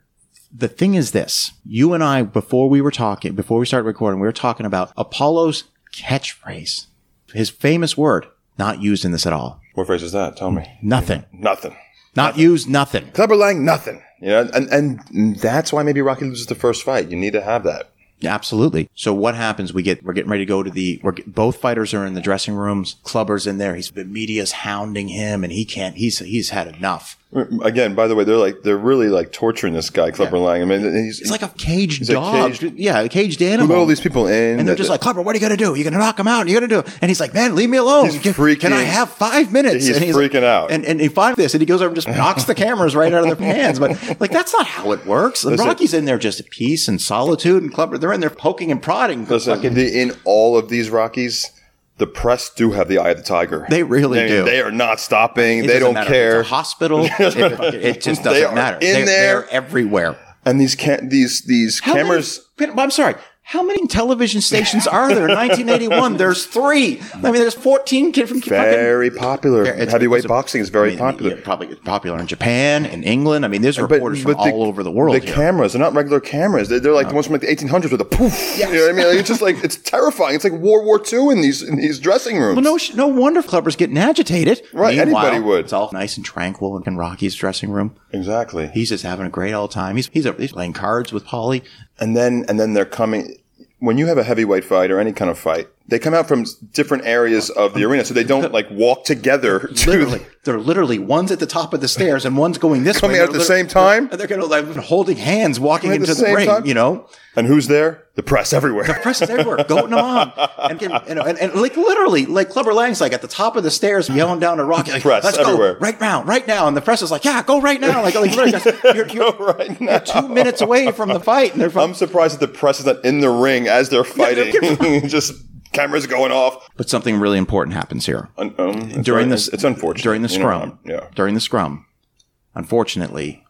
the thing is this, you and I, before we were talking, before we started recording, we were talking about Apollo's catchphrase, his famous word, not used in this at all.
What phrase is that? Tell me.
Nothing.
Nothing.
Not use nothing.
Clever Lang, nothing. You know, and and that's why maybe Rocky loses the first fight. You need to have that.
Absolutely. So what happens? We get we're getting ready to go to the we're get, both fighters are in the dressing rooms. Clubber's in there. He's the media's hounding him, and he can't. He's he's had enough.
Again, by the way, they're like they're really like torturing this guy, Clever Lang. I mean, he's,
It's like a caged
a
dog.
caged-
yeah, a caged
he
animal.
let all these people in,
and they're just like Clubber. What are you gonna do? You're gonna knock him out. You're gonna do. And he's like, man, leave me alone.
He's
can,
freaking-
can I have five minutes?
He's
and
freaking out.
And and he finds this, and he goes over and just knocks the cameras right out of their hands. But like that's not how it works. And
Listen.
Rocky's in there just at peace and solitude, and Clubber they're in there poking and prodding.
Listen, the, in all of these Rockies, the press do have the eye of the tiger.
They really
I mean,
do.
They are not stopping.
It
they
doesn't
don't
matter if
care.
It's a hospital. it, fucking- it just
They
doesn't
are
matter.
in
they're,
there.
they're everywhere.
and these ca- these these
How many-
cameras.
but- I'm sorry. How many television stations are there in 1981? there's three. I mean, there's 14 kids from fucking.
very popular.
it's-
Heavyweight
it's a-
boxing is very
I mean,
popular.
yeah, probably it's popular in Japan and England. I mean, there's reporters from all over the world.
The
here.
cameras, they're not regular cameras. They're, they're like the ones from like the 1800s with a poof. You know what I mean? Like, it's just like it's terrifying. It's like World War II in these in these dressing rooms.
Well, no, sh- no wonder Clubber's getting agitated.
Right,
Meanwhile,
anybody would.
It's all nice and tranquil in Rocky's dressing room.
exactly.
He's just having a great old time. He's he's, he's playing cards with Polly.
and then and then they're coming. When you have a heavyweight fight or any kind of fight, they come out from s- different areas of the arena, so they don't like walk together. To,
literally, they're literally one's at the top of the stairs and one's going this
Coming
way.
out at
They're
the same
liter-
time?
and they're going to like holding hands, walking
Coming at
into
the
the,
same
ring.
time?
You know,
and who's there? The press everywhere.
press is everywhere, goating them on, and, and, and, and like literally, like Clubber Lang's like at the top of the stairs, yelling down to Rocky, like,
Press
"Let's
everywhere."
go right now, right now!" And the press is like, "Yeah, go right now!" Like, like literally, guys, you're, you're
right now.
two minutes away from the fight, and they're from,
I'm surprised that the press is not in the ring as they're fighting. just cameras going off.
but something really important happens here.
Un- um, it's
during
un-
this
it's, it's unfortunate
during the
you know,
scrum
I'm- yeah.
during the scrum unfortunately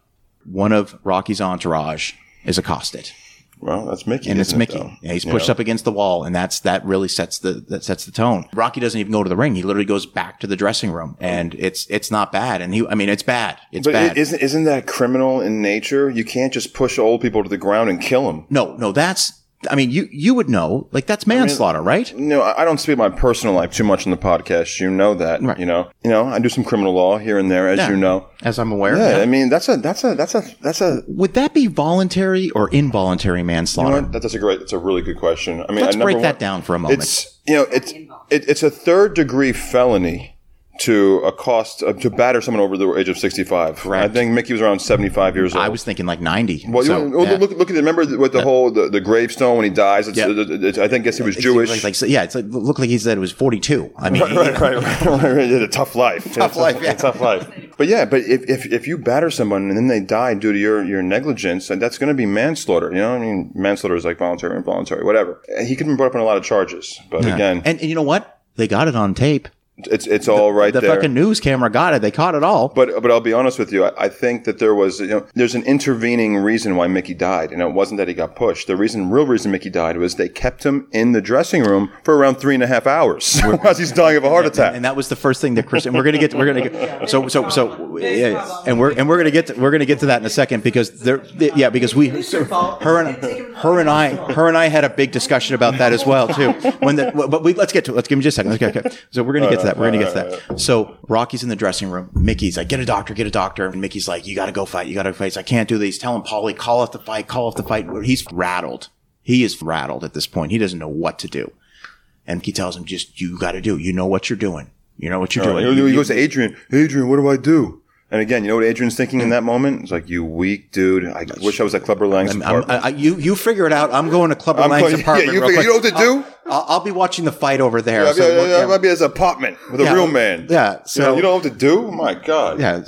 one of rocky's entourage is accosted
Well, that's Mickey.
and it's
isn't it,
mickey
though?
yeah, he's pushed up against the wall and that's that really sets the that sets the tone rocky doesn't even go to the ring he literally goes back to the dressing room and it's it's not bad and he i mean it's bad it's
But
bad
i- isn't isn't that criminal in nature? You can't just push old people to the ground and kill them.
no no that's I mean, you you would know, like that's manslaughter, right?
No, I I don't speak my personal life too much on the podcast. You know that.
Right.
You know. You know. I do some criminal law here and there, as
Yeah.
you know.
As I'm aware.
Yeah,
yeah.
I mean that's a that's a that's a that's a
Would that be voluntary or involuntary
you
manslaughter?
know what? That- that's a great that's a really good question. I mean,
Let's
I number
break that
one-
down for a moment.
It's you know it's it, it's a third degree felony to accost uh, to batter someone over the age of sixty five.
Correct.
I think Mickey was around seventy five years old.
I was thinking like 90.
Well,
so,
you, well
yeah.
look, look at remember what the whole the, the gravestone when he dies. It's,
Yeah.
it- it- I think guess he was
It seems
Jewish.
Like, like, so- yeah, it's like, looked like he said it was 42. I mean,
right, right, right, right, right. It's a tough life. Tough
life, yeah.
tough life. But yeah, but if, if, if you batter someone and then they die due to your, your negligence, then that's going to be manslaughter. You know, what I mean, manslaughter is like voluntary, involuntary, whatever. And He could be brought up on a lot of charges, but again,
and, and you know what? They got it on tape.
it's it's all right
The
there.
fucking news camera got it. They caught it all.
but but I'll be honest with you. I, I think that there was you know there's an intervening reason why Mickey died, and it wasn't that he got pushed. The reason, real reason Mickey died was they kept him in the dressing room for around three and a half hours as he's dying of a heart attack.
and that was the first thing that Chris and we're gonna get we're gonna get so so so yeah and we're and we're gonna get to, we're gonna get to that in a second because there yeah because we so her and her and I her and I had a big discussion about that as well too when the but we let's get to it. let's give me just a second okay, okay. so we're gonna get to that we're gonna get to that so Rocky's in the dressing room Mickey's like get a doctor get a doctor and Mickey's like you gotta go fight you gotta fight He's like, I can't do these tell him Polly call off the fight call off the fight he's rattled he is rattled at this point he doesn't know what to do. And he tells him, just, you got to do. You know what you're doing. You know what you're doing.
He goes to Adrian. Adrian, what do I do? And again, you know what Adrian's thinking in that moment? It's like, you weak dude. I wish I was at Clubber Lang's
I'm-
apartment.
I- I- you, you figure it out. I'm going to Clubber
I'm
Lang's
going- yeah,
apartment.
you
real
figure-
quick.
you know what to do?
I'll, I'll, I'll be watching the fight over there.
Yeah,
so
yeah,
we'll-
yeah,
yeah.
it might be his apartment with
Yeah.
a real man.
Yeah,
you, know,
so-
you don't know what to do. My God.
Yeah.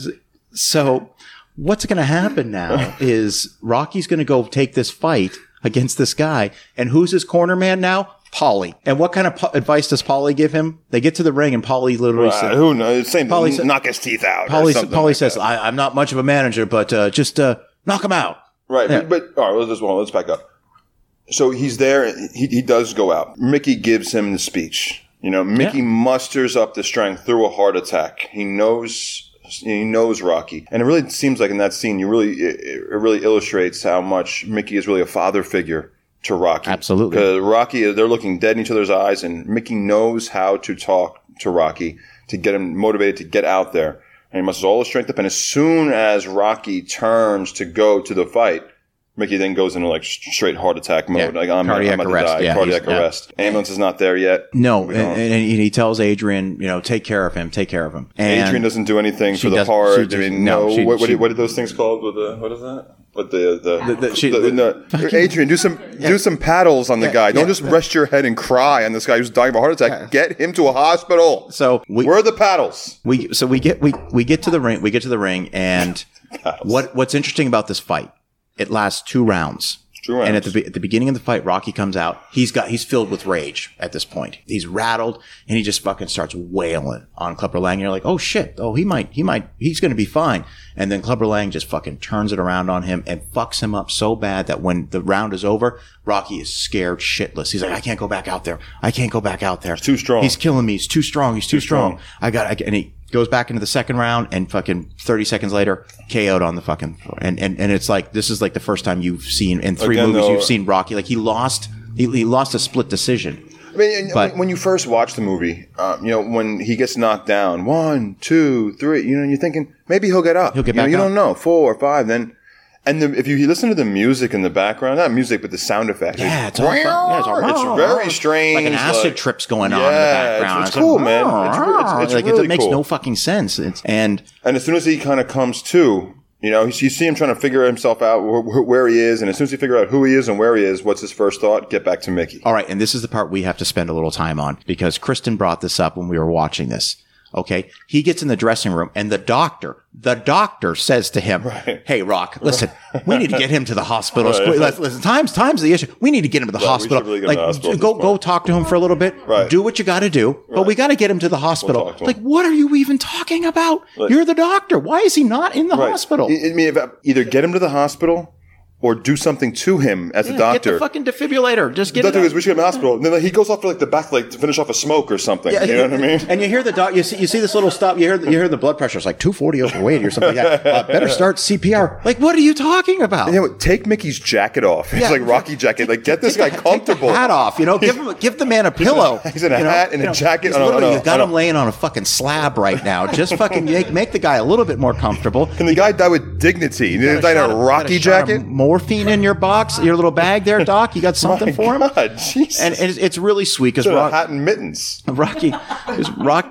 So what's going to happen now is Rocky's going to go take this fight against this guy. And who's his corner man now? Polly. And what kind of po- advice does Polly give him? They get to the ring and Polly literally
Uh,
says,
who knows? Same.
Polly
N-
sa-
knock his teeth out.
Polly,
or something
Polly
like
says,
that.
I, I'm not much of a manager, but uh, just uh, knock him out.
right. But, but all right, let's just well, let's back up. So he's there. He, he does go out. Mickey gives him the speech. You know, Mickey musters up the strength through a heart attack. He knows. He knows Rocky, and it really seems like in that scene, you really it, it really illustrates how much Mickey is really a father figure to Rocky.
Absolutely.
because Rocky they're looking dead in each other's eyes, and Mickey knows how to talk to Rocky to get him motivated to get out there, and he musters all his strength up. And as soon as Rocky turns to go to the fight, Mickey then goes into like sh- straight heart attack mode.
Yeah.
Like I'm,
Cardiac
I'm about
arrest.
to die.
Yeah,
cardiac
he's- yeah.
arrest. Ambulance is not there yet.
No,
We
and,
don't.
and he tells Adrian, you know, take care of him, take care of him. And
Adrian doesn't do anything
she
for the
doesn't-
heart.
she
I
just-
mean,
no,
no.
she-
what, what,
she-
are- what are those things called? With the what is that? With the the,
the- she-
the-
the-
no. Adrian, do some do some paddles on the guy. Don't
yeah.
just rest your head and cry on this guy who's dying of a heart attack. Get him to a hospital.
So we,
Where are the paddles?
we so we get we we get to the ring, we get to the ring, and
Paddles.
what what's interesting about this fight? It lasts two rounds.
Two rounds.
And at the, be- at the beginning of the fight, Rocky comes out. He's got he's filled with rage at this point. He's rattled, and he just fucking starts wailing on Clubber Lang. And you're like, oh shit, oh he might he might he's going to be fine. And then Clubber Lang just fucking turns it around on him and fucks him up so bad that when the round is over, Rocky is scared shitless. He's like, I can't go back out there. I can't go back out there.
too strong.
He's killing me. He's too strong. He's too, strong.
strong.
I got. I, and he goes back into the second round, and fucking thirty seconds later, KO'd on the fucking floor. And and and it's like this is like the first time you've seen in three
Again,
movies
though-
you've seen Rocky. Like he lost. He, he lost a split decision.
I mean, and
But-
when- when you first watch the movie, um, you know when he gets knocked down, one, two, three. You know, you're thinking maybe he'll get up.
He'll get
you know,
back
You
up.
don't know four or five. Then, and the, if you listen to the music in the background, not music, but the sound effects.
Yeah, it's all, yeah, it's, all-
It's very strange.
Like an acid
like-
trip's going on in
Yeah,
the background.
It's, it's cool, man. It's, re- it's, it's
like
really
it makes
cool.
no fucking sense. It's and
And as soon as he kind of comes to, you know, you see him trying to figure himself out wh- wh- where he is, and as soon as he figure out who he is and where he is, what's his first thought? Get back to Mickey.
All right, and this is the part we have to spend a little time on because Kristen brought this up when we were watching this. Okay, he gets in the dressing room, and the doctor, the doctor says to him, "Hey, Rock, listen, we need to get him to the hospital. Squ- let's- Listen, times, times the issue. We need to get him to the hospital.
really get him
like,
to the hospital
d-
at
go,
this
go, talk to him for a little bit.
Right.
Do what you got to do, but we got to get him to the hospital.
talk to him.
like, what are you even talking about? You're the doctor. Why is he not in the
Right.
hospital?
I I mean, if I- either get him to the hospital or do something to him as a
Get the
doctor.
fucking defibrillator. Just get
The
it.
doctor
out.
goes, we should get him in the hospital. And then like, he goes off to like the back, like to finish off a smoke or something. you know what I mean?
And you hear the doc. You see, you see this little stop. You hear, you hear the blood pressure. It's like 240 overweight or something like that. Uh, better start CPR. Like, what are you talking about?
You know, what? take Mickey's jacket off. It's
Yeah.
like Rocky jacket. Like get this guy comfortable.
Hat off, you know. Give him, give the man a pillow.
he's in a
you know,
hat and a
you know,
jacket.
he's
Oh, no,
literally-
no,
you got
no.
him laying on a fucking slab right now. Just fucking make, make the guy a little bit more comfortable.
Can the guy die with dignity? You didn't die in
Got
a
shot of-
Rocky
got shot of
jacket. Oh
morphine in your box, your little bag there, Doc. You got something
My
for him?
God, Jesus.
And it's, it's really sweet because
He's in a
Rock,
hat and mittens.
Rocky, is Rock.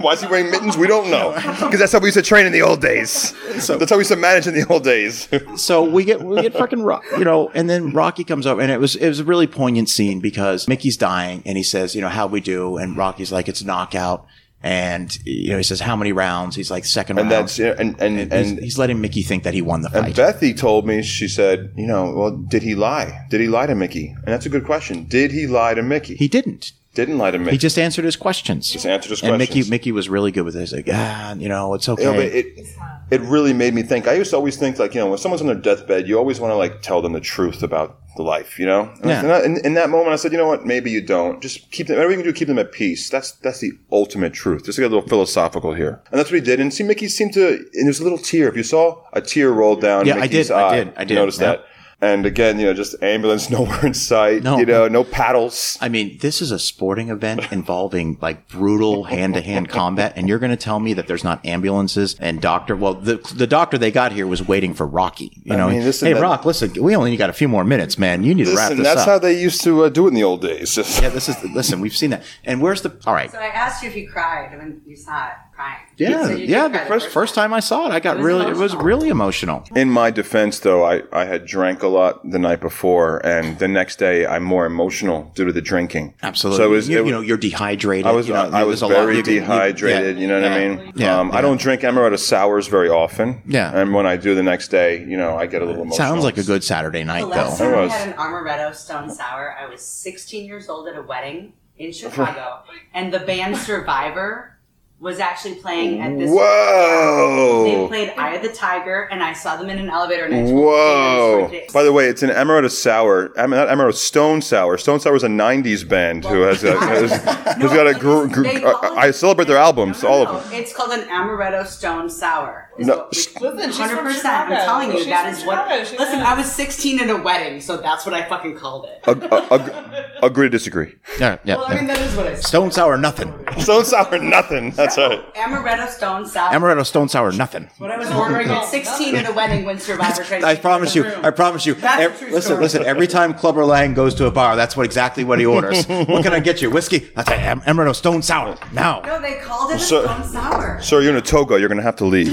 Why is he wearing mittens? We don't know. Because that's how we used to train in the old days. that's how we used to manage in the old days.
So we get we get fucking rock, you know, and then Rocky comes over, and it was it was a really poignant scene because Mickey's dying, and he says, you know, how we do, and Rocky's like, it's knockout, and you know, he says, how many rounds? He's like, second
and
round.
that's yeah, and and
He's-
and,
he's letting Mickey think that he won the fight.
and Bethy told me she said, you know, well, did he lie? Did he lie to Mickey? And that's a good question. Did he lie to Mickey?
he didn't.
didn't lie to Mickey.
He just answered his questions.
Just answered his
and
questions.
Mickey Mickey was really good with this. Like, ah, you know, it's okay.
You know, but it it really made me think. I used to always think like you know when someone's on their deathbed, you always want to like tell them the truth about the life, you know. And I-
Yeah.
and I- in, in that moment, I said, you know what? Maybe you don't. Just keep them. Whatever you can do, to keep them at peace. That's that's the ultimate truth. Just to get a little philosophical here, and that's what he did. And see, Mickey seemed to. And there's a little tear. If you saw a tear roll down,
Yeah, I
Mickey's
did, I
eye,
did, I
you
did,
Noticed
yeah.
that. And again, you know, just ambulance nowhere in sight.
No.
you know, no paddles.
I mean, this is a sporting event involving like brutal hand to hand combat, and you're going to tell me that there's not ambulances and doctor. Well, the the doctor they got here was waiting for Rocky. You know,
mean, listen,
hey
that-
Rock, listen, we only got a few more minutes, man. You need to wrap
Listen,
this
that's
up.
how they used to uh, do it in the old days. Just-
yeah, this is listen. We've seen that. And where's the all right?
So I asked you if you cried when you saw it crying.
Yeah,
So you did
yeah. The
cry
first first time I saw it, I got
was
really it was
emotional.
really emotional.
In my defense, though, I, I had drank a lot the night before, and the next day I'm more emotional due to the drinking.
Absolutely.
So it was,
you,
it was-
you know, you're dehydrated.
I was
you know,
I was
there's a lot-
very
you can- you- yeah.
dehydrated. You, know what I mean?
Yeah,
Um, I
yeah.
don't drink amaretto sours very often.
Yeah.
And when I do the next day, you know, I get a little emotional.
Sounds like a good Saturday night
The last
though.
time I
was.
had an amaretto stone sour, I was 16 years old at a wedding in Chicago, and the band Survivor was actually playing at this. They
Whoa.
played Eye of the Tiger, and I saw them in an elevator. And I told
Whoa!
Taylor, I
By
swear to-
the way, it's an Amaretto Sour. I mean, not Amaretto Stone Sour. Stone Sour is a '90s band who has, a, has, who's got a. Gr- gr-
They call it-
I I celebrate their albums, all of them.
No, It's called an amaretto stone sour.
No,
Listen, she's from
100. percent
Chicago.
I'm telling you,
She's
that
from
is what.
Chicago. She
listen,
knows.
I was 16 at a wedding, so that's what I fucking called it.
Ag- ag- agree to disagree.
Yeah, yeah,
Well, I
yeah.
mean, that is what I said.
Stone sour nothing.
Stone sour nothing. That's right.
Amaretto stone sour.
Amaretto stone sour nothing.
What I was ordering at 16 at a wedding when Survivor tried to
I
take
promise
over
you.
the room.
I promise you.
That's a
Ev-
true
listen,
story.
listen. Every time Clubber Lang goes to a bar, that's what exactly what he orders. what can I get you? Whiskey? That's a em- Emerald Stone Sour. Now.
No, they called it a
So-
stone sour.
Sir, you're in a toga. You're going to have to leave.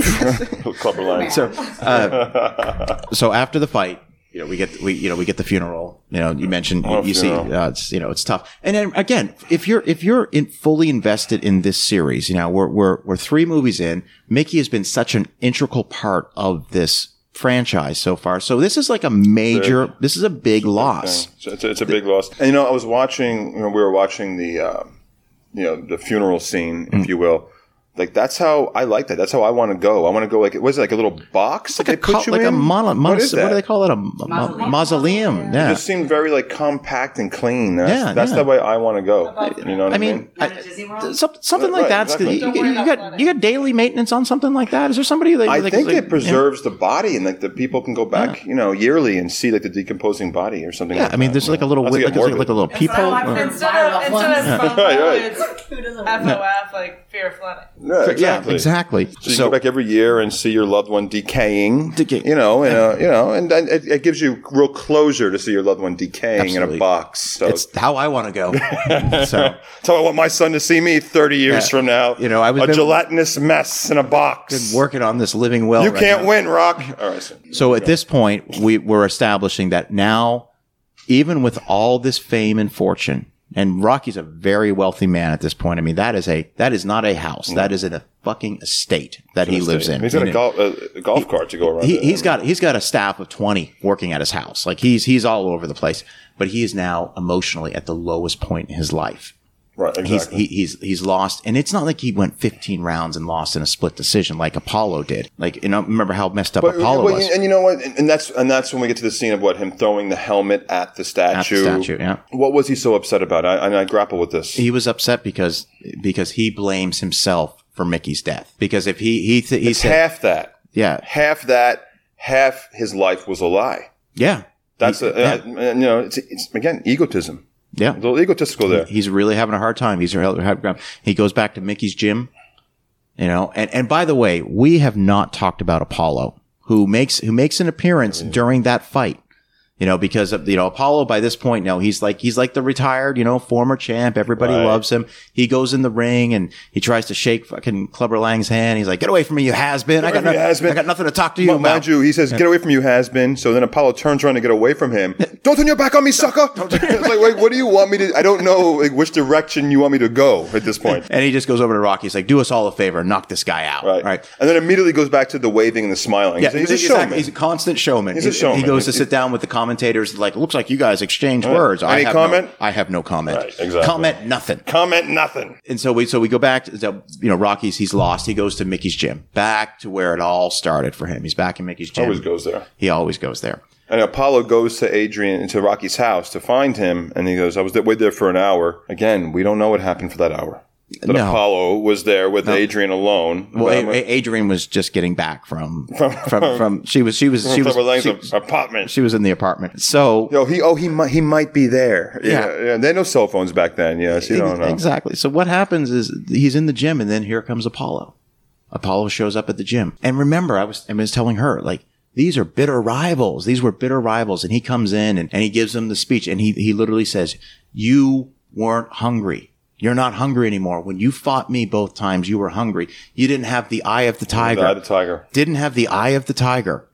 Clubber line.
So, uh, so after the fight, you know, we get we you know we get the funeral. You know, you mentioned you, you see,
funeral.
uh, it's you know it's tough. And then again, if you're if you're in fully invested in this series, you know, we're we're we're three movies in. Mickey has been such an integral part of this franchise so far. So this is like a major. This is a big loss.
So it's, a, it's a big loss. And you know, I was watching. You know, we were watching the, uh, you know, the funeral scene, if you will. Like that's how I like that. That's how I want to go. I want to go like was it like a little box that
like a
they put
col-
you
like
in?
a mono,
what is
monos- what,
that?
do they call that? A m- m- mausoleum.
Mausoleum.
Yeah.
It just seemed very like compact and clean. That's,
Yeah,
that's
yeah.
the way I want to go. You know what
I
I mean?
mean,
Not
I-
at Disney World?
some- something
Right,
like that's
exactly.
you, you- you got you got daily maintenance on something like that. Is there somebody that
I
like,
think
like-
it preserves the body, and like the people can go back, you know, yearly and see like the decomposing body or something.
Yeah,
like
I mean,
that,
there's
you
like a
know.
little
Not to
wi-
get
like, there's like,
morbid.
a little uh,
That's what I
peephole. or-
want for
Instead of,
my loved
instead of
ones.
FOMO,
Right, right.
it's
Who doesn't want
FOF, like fear of flooding.
Yeah,
Yeah, exactly.
So you go back every year and see your loved one decaying,
Decay.
you know, and uh, you know, and then it, it gives you real closure to see your loved one decaying in
Absolutely.
a box. So
it's how I want to go. so
so I want my son to see me 30 years
Yeah.
from now.
You know, I was
a
been-
gelatinous mess in a box.
working on this living well.
You
right
can't
now.
win, Rock. All right, so,
So at this point, we we're establishing that now, even with all this fame and fortune, and Rocky's a very wealthy man at this point. I mean, that is a that is not a house. That
Mm.
is in a fucking estate that he lives in.
He's got
And
a
it-
golf, a, a golf cart to go around.
he,
in.
he's got he's got a staff of 20 working at his house like he's he's all over the place but he is now emotionally at the lowest point in his life
Right, exactly.
He's, he, he's he's lost, and it's not like he went 15 rounds and lost in a split decision like Apollo did. Like, you know, remember how messed up
But-
Apollo
well,
was
And you know what? And and that's and that's when we get to the scene of what him throwing the helmet at the
at the
statue.
statue. Yeah,
What was he so upset about? I, and I grapple with this.
he was upset because because he blames himself for Mickey's death. Because if he he th- he
it's
said,
half that,
yeah,
half that, half his life was a lie.
yeah,
That's
He-
a, uh, you know, it's, it's again egotism,
yeah.
a little egotistical there.
he's really having a hard time. He's really hard ground. He goes back to Mickey's gym, you know. And and by the way, we have not talked about Apollo, who makes who makes an appearance
Oh.
during that fight. You know, because of, you know Apollo. By this point, now he's like he's like the retired, you know, former champ. Everybody
Right.
loves him. He goes in the ring and he tries to shake fucking Clubber Lang's hand. He's like, "Get away from me, you has been! I got
away from me, you
nothing.
has-been."
I got nothing to talk to you
Well,
about."
mind you, he says, "Get away from you, has been." So then Apollo turns around to get away from him. Don't turn your back on me, sucker! it's like, wait, what do you want me to? I don't know like, which direction you want me to go at this point.
and he just goes over to Rocky. He's like, "Do us all a favor, and knock this guy out."
Right.
Right.
And then immediately goes back to the waving and the smiling.
Yeah,
he's, he's a
exactly.
showman.
He's a constant showman.
He's a
He-
showman.
He goes to
He-
sit down with the commentators. Like, looks like you guys exchange words. I
Any
have
comment?
No, I have no comment.
Right, exactly.
Comment nothing.
Comment nothing.
And so we so we go back. To, so, you know, Rocky's he's lost. He goes to Mickey's gym, back to where it all started for him. He's back in Mickey's gym.
Always goes there.
He always goes there.
And Apollo goes to Adrian to Rocky's house to find him, and he goes, "I was there, wait there for an hour." Again, we don't know what happened for that hour. But
No.
Apollo was there with Adrian alone.
Well,
Um,
A- A- Adrian was just getting back from from from, she was she was she
Upper
was
Lang's
she,
apartment.
she was in the apartment. So
Yo, he oh he might he might be there.
Yeah.
yeah. yeah. They had no cell phones back then. Yeah, so you don't know.
Exactly. So what happens is he's in the gym, and then here comes Apollo. Apollo shows up at the gym, and remember, I was I was telling her like these are bitter rivals. These were bitter rivals, and he comes in and, and he gives them the speech, and he he literally says, "You weren't hungry." You're not hungry anymore. When you fought me both times, you were hungry. You didn't have the eye of the tiger.
The Eye of the Tiger.
Didn't have the eye of the tiger.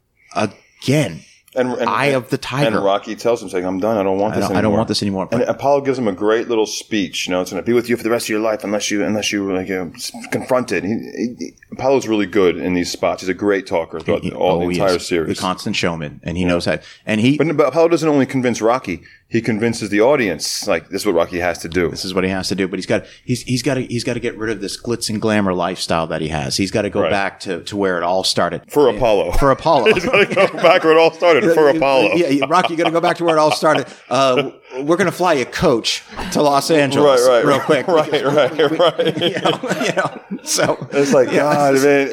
Again,
And, and
Eye of the Tiger.
And Rocky tells him, saying, "I'm done. I don't want
I
this.
don't,
anymore.
I don't want this anymore.
And Apollo gives him a great little speech. You know, it's going to be with you for the rest of your life unless you unless you like you know, s- confront it. He, he- he- Apollo's really good in these spots. He's a great talker throughout the, all
Oh,
the
he
entire
is
series.
the constant showman, and he knows how. And he
but, but Apollo doesn't only convince Rocky; he convinces the audience. Like this is what Rocky has to do.
this is what he has to do. But he's got he's he's got to he's got to get rid of this glitz and glamour lifestyle that he has. He's got to go
Right.
back to to where it all started
For Apollo.
for Apollo.
Like, go back where it all started for Apollo.
yeah, yeah, Rocky, you're gonna go back to where it all started. Uh, we're gonna fly a coach to Los Angeles,
Right, right,
real quick,
Right, right, right.
You know, you know, so
It's like God, man.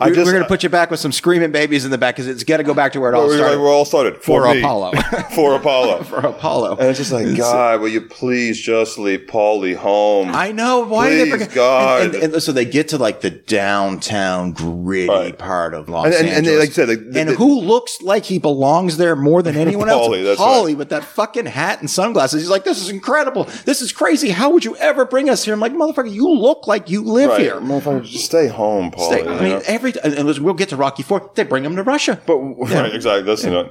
I
we're,
just
we're gonna put you back with some screaming babies in the back because it's gotta go back to where it all
we're,
started
like, we're all started
for
me.
Apollo,
for Apollo.
for Apollo.
And it's just like, God, will you please just leave Paulie home?
I know. Why did
Please,
they forget?
God.
And, and- and so they get to like the downtown gritty
Right.
part of Los
And- and-
Angeles.
and they- like you said, like, the-
and
the-
who looks like he belongs there more than anyone else?
Pauly, that's
Pauly
right.
with that fucking hat and sunglasses. He's like, this is incredible. This is crazy. How would you ever bring us here? I'm like, motherfucker, you look like you live
Right.
here.
Motherfucker, just stay home, Paulie.
They- I
you know?
mean, every and and listen, we'll get to Rocky Four. They bring him to Russia.
but right, exactly. That's you know,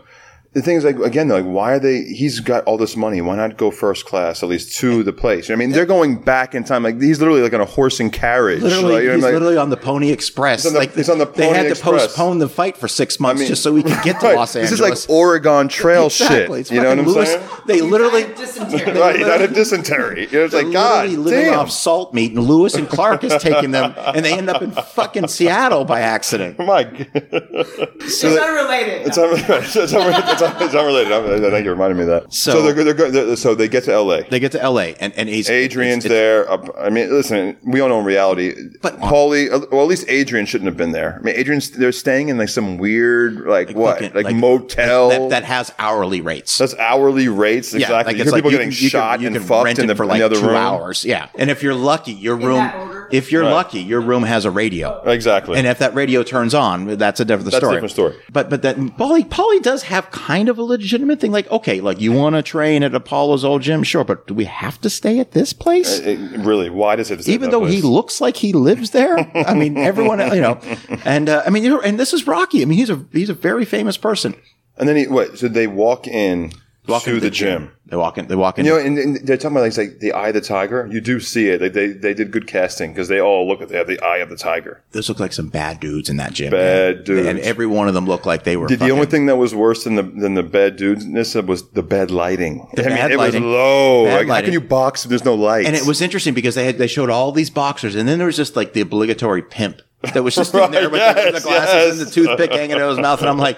the thing is, like again, like why are they? He's got all this money. Why not go first class at least to the place? You know what I mean, they're going back in time. Like he's literally like on a horse and carriage.
Literally,
like, you know,
he's
like-
literally on the Pony Express.
on the-
like
he's on the
they had
Pony
to
Express.
postpone the fight for six months
mean,
just so we could get to
right,
Los Angeles.
This is like Oregon Trail shit.
It's
you know what
fucking
I'm
Lewis-
saying?
They literally,
dysentery.
Right, he's out of dysentery. You know, it's like God
literally living
damn.
off salt meat, and Lewis and Clark is taking them, and they end up in fucking Seattle by accident.
My God.
It's unrelated.
It's, unrelated. it's, unrelated. it's, un- it's unrelated. I think you reminded me of that.
So-
So, they're, they're, go- they're, so they get to L.A.
They get to L.A. and and he's
Adrian's
it's- it's-
there. Uh, I mean, listen, we all know in reality.
But-
But Paulie, uh, well, at least Adrian shouldn't have been there. I mean, Adrian's they're staying in like some weird, like, what,
fucking-
like, motel
that, that has hourly rates.
that's hourly rates. Exactly.
like
you
it's
hear
like
people
you
getting
can- you can-
shot
you
and
can
fucked
rent
in
it
the,
for
in
like
the other
two
room.
hours. Yeah, and if you're lucky, your room.
that order?
If you're lucky, your room has a radio.
Exactly.
And if that radio turns on, that's a different
That's a
story.
different story.
But but that Paulie Paulie does have kind of a legitimate thing. Like okay, like you want to train at Apollo's old gym, sure, but do we have to stay at this place?
It- really, why does it?
even though he looks like he lives there. I mean, everyone, you know, and uh, I mean, you're, and this is Rocky. I mean, he's a he's a very famous person.
and then he what? So they walk in.
walk
To
into
the gym.
They walk in. They walk in.
You know, and, and they're talking about like, it's like the eye of the tiger. You do see it. Like they, they did good casting because they all look at they have the eye of the tiger.
those look like some bad dudes in that gym.
Bad
man.
dudes.
And every one of them looked like they were.
The, the only
fucking-
thing that was worse than the than the bad dudeness was the bad lighting. I mean,
bad
it
lighting.
was low.
Bad
Like, how
lighting.
can you box if there's no light?
And it was interesting because they had they showed all these boxers, and then there was just like the obligatory pimp that was just in there with
Right,
the, the
yes,
glasses
yes.
and the toothpick hanging out of his mouth, and I'm like.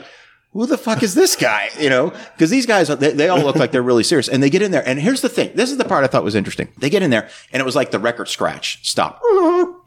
Who the fuck is this guy? You know, because these guys, they, they all look like they're really serious. And they get in there. And here's the thing. This is the part I thought was interesting. They get in there and it was like the record scratch. Stop.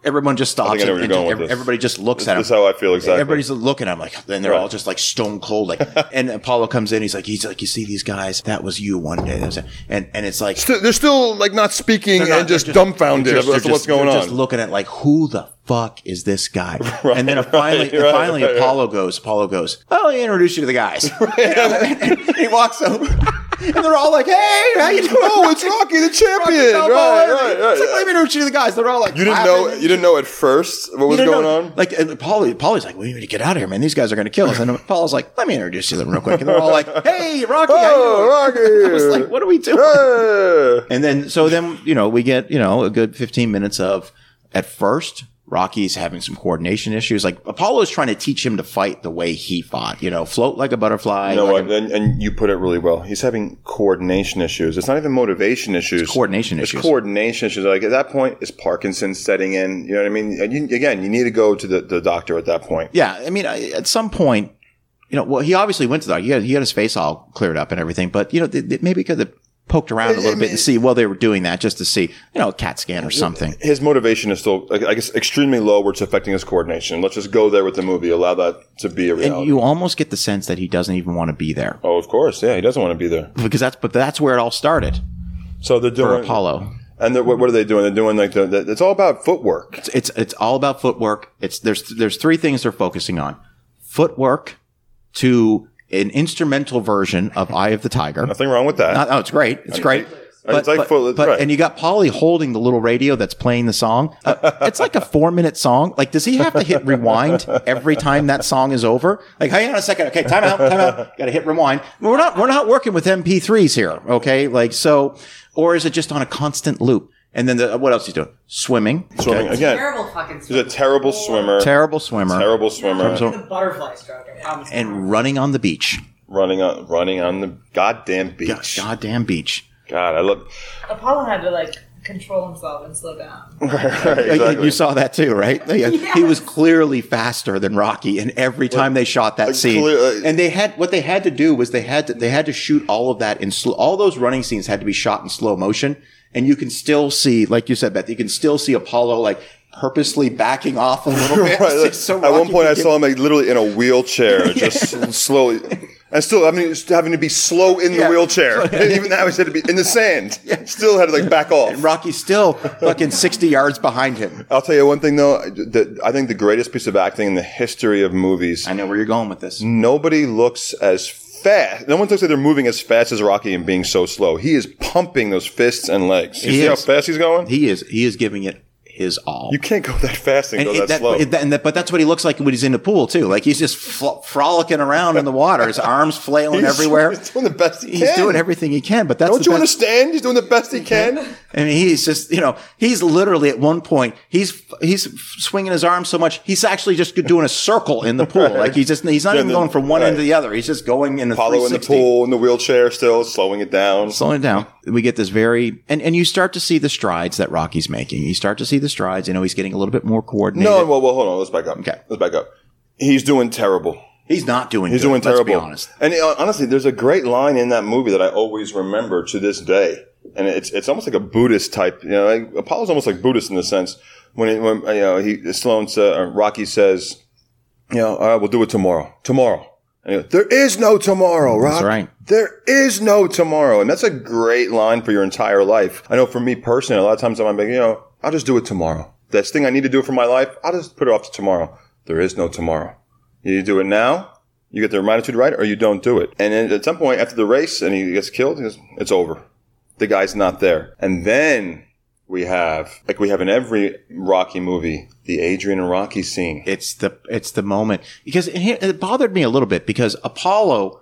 Everyone just stops.
I know
and-
where you're
and just-
going with this.
everybody just looks at him.
That's how I feel exactly.
Everybody's looking. I'm like, and they're all
Right.
just like stone cold. Like, and Apollo comes in. He's like, he's like, you see these guys? That was you one day. That was it." And and it's like
St- they're still like not speaking
they're
and
not-
just,
they're
dumbfounded
they're
as
just-
to what's
they're
going
Just
on.
looking at like, who the fuck is this guy? and then
Right,
finally,
right, right,
finally,
right.
Apollo goes. Apollo goes. Oh, let me introduce you to the guys. and he walks over, and they're all like, "Hey, how you doing?"
oh, it's Rocky the champion.
Balboa.
right, right, right,
It's like, let me introduce you to the guys. They're all like,
You didn't
laughing.
know. You didn't know at first what was
You know,
going
no,
on.
Like, and Paulie, Paulie's like, we need to get out of here, man. These guys are going to kill us. And Paul's like, let me introduce you to them real quick. And they're all like, hey, Rocky. how you doing?"
Oh, Rocky!
I was like, what are we doing?
Hey!
And then, so then, you know, we get, you know, a good 15 minutes of, at first, Rocky's having some coordination issues. Like, Apollo's trying to teach him to fight the way he fought, you know, float like a butterfly.
You know
like
what? And, and you put it really well. He's having coordination issues. It's not even motivation issues.
a- coordination
It's
issues.
coordination issues. Like at that point, is Parkinson's setting in? You know what I mean? And you, again, you need to go to the, the doctor at that point.
yeah. I mean, I- at some point, you know, well, he obviously went to the, he had, he had his face all cleared up and everything, but, you know, th- th- maybe could have poked around a little bit and see, well, they were doing that just to see, you know, a CAT scan or something.
His motivation is still, I I guess, extremely low, where it's affecting his coordination. Let's just go there with the movie. Allow that to be a
And
reality.
you almost get the sense that he doesn't even want to be there
oh, of course, yeah. He doesn't want to be there.
because that's, but that's where it all started
So they're doing
for Apollo.
And they're, what, what are they doing? They're doing like the, the. It's all about footwork.
it's it's all about footwork. It's there's there's three things they're focusing on: footwork to an instrumental version of Eye of the Tiger.
Nothing wrong with that.
Not, oh, it's great. It's great.
It's like foot-
but-
right.
and you got Polly holding the little radio that's playing the song. Uh, it's like a four minute song. Like, does he have to hit rewind every time that song is over? Like, hang on a second. Okay, time out, time out. Got to hit rewind. We're not we're not working with MP3s here. Okay, like so, or is it just on a constant loop? And then the, what else he's doing? Swimming.
Swimming again.
Terrible fucking
He's a
swimmer.
terrible swimmer.
Terrible swimmer.
Terrible swimmer.
So-
the butterfly stroke. I promise.
And running on the beach.
running on running on the goddamn beach. God,
Goddamn beach.
I love.
Apollo had to like control himself and slow down.
You saw that too, right? Yeah. He was clearly faster than Rocky, and every time they shot that scene,
clear-
and they had what they had to do was they had to they had to shoot all of that in slow. All those running scenes had to be shot in slow motion, and you can still see, like you said, Beth, you can still see Apollo like purposely backing off a little bit.
Right, like,
So
at one
Rocky
point, I
could get-
saw him like literally in a wheelchair, just s- slowly, and still, I mean, just having to be slow in the
Yeah.
wheelchair. Even that was had to be in the sand. Still had to like back off.
Rocky's still fucking sixty yards behind him.
I'll tell you one thing though. The, I think the greatest piece of acting in the history of movies.
I know where you're going with this.
Nobody looks as fast. No one looks like they're moving as fast as Rocky and being so slow. He is pumping those fists and legs. You
He
see how
is.
fast he's going?
He is he is giving it his all.
you can't go that fast and,
And
go
it-
that,
that-
slow.
it- that- and that- but that's what he looks like when he's in the pool too. Like he's just fl- frolicking around in the water, his arms flailing
He's-
everywhere.
He's doing the best he
He's
can.
doing everything he can. But that's
Don't
the
you
best-
understand? He's doing the best he can.
I mean, he's just you know he's literally at one point he's he's swinging his arms so much he's actually just doing a circle in the pool. Like he's just he's not
Yeah,
even
the-
going from one end
right.
to the other. He's just going in the
Apollo in the
360.
pool in the wheelchair, still slowing it down.
slowing it down. We get this very and and you start to see the strides that Rocky's making. You start to see the strides. You know he's getting a little bit more coordinated.
No, well, well, hold on. Let's back up.
Okay.
let's back up. He's doing terrible.
he's not doing.
He's
good,
doing
let's
terrible.
Be honest.
And uh, honestly, there's a great line in that movie that I always remember to this day. And it's it's almost like a Buddhist type. You know, like, Apollo's almost like Buddhist in the sense when he, when you know he Sloan sa or Rocky says, you know, all right, we'll do it tomorrow. Tomorrow. And he goes, there is no tomorrow, Rock.
That's right.
There is no tomorrow. And that's a great line for your entire life. I know for me personally, a lot of times I'm like, you know, I'll just do it tomorrow. This thing I need to do for my life, I'll just put it off to tomorrow. There is no tomorrow. You do it now, you get the attitude right, or you don't do it. And then at some point after the race and he gets killed, he goes, it's over. The guy's not there. And then we have, like we have in every Rocky movie, the Adrian and Rocky scene.
it's the it's the moment because it, it bothered me a little bit because Apollo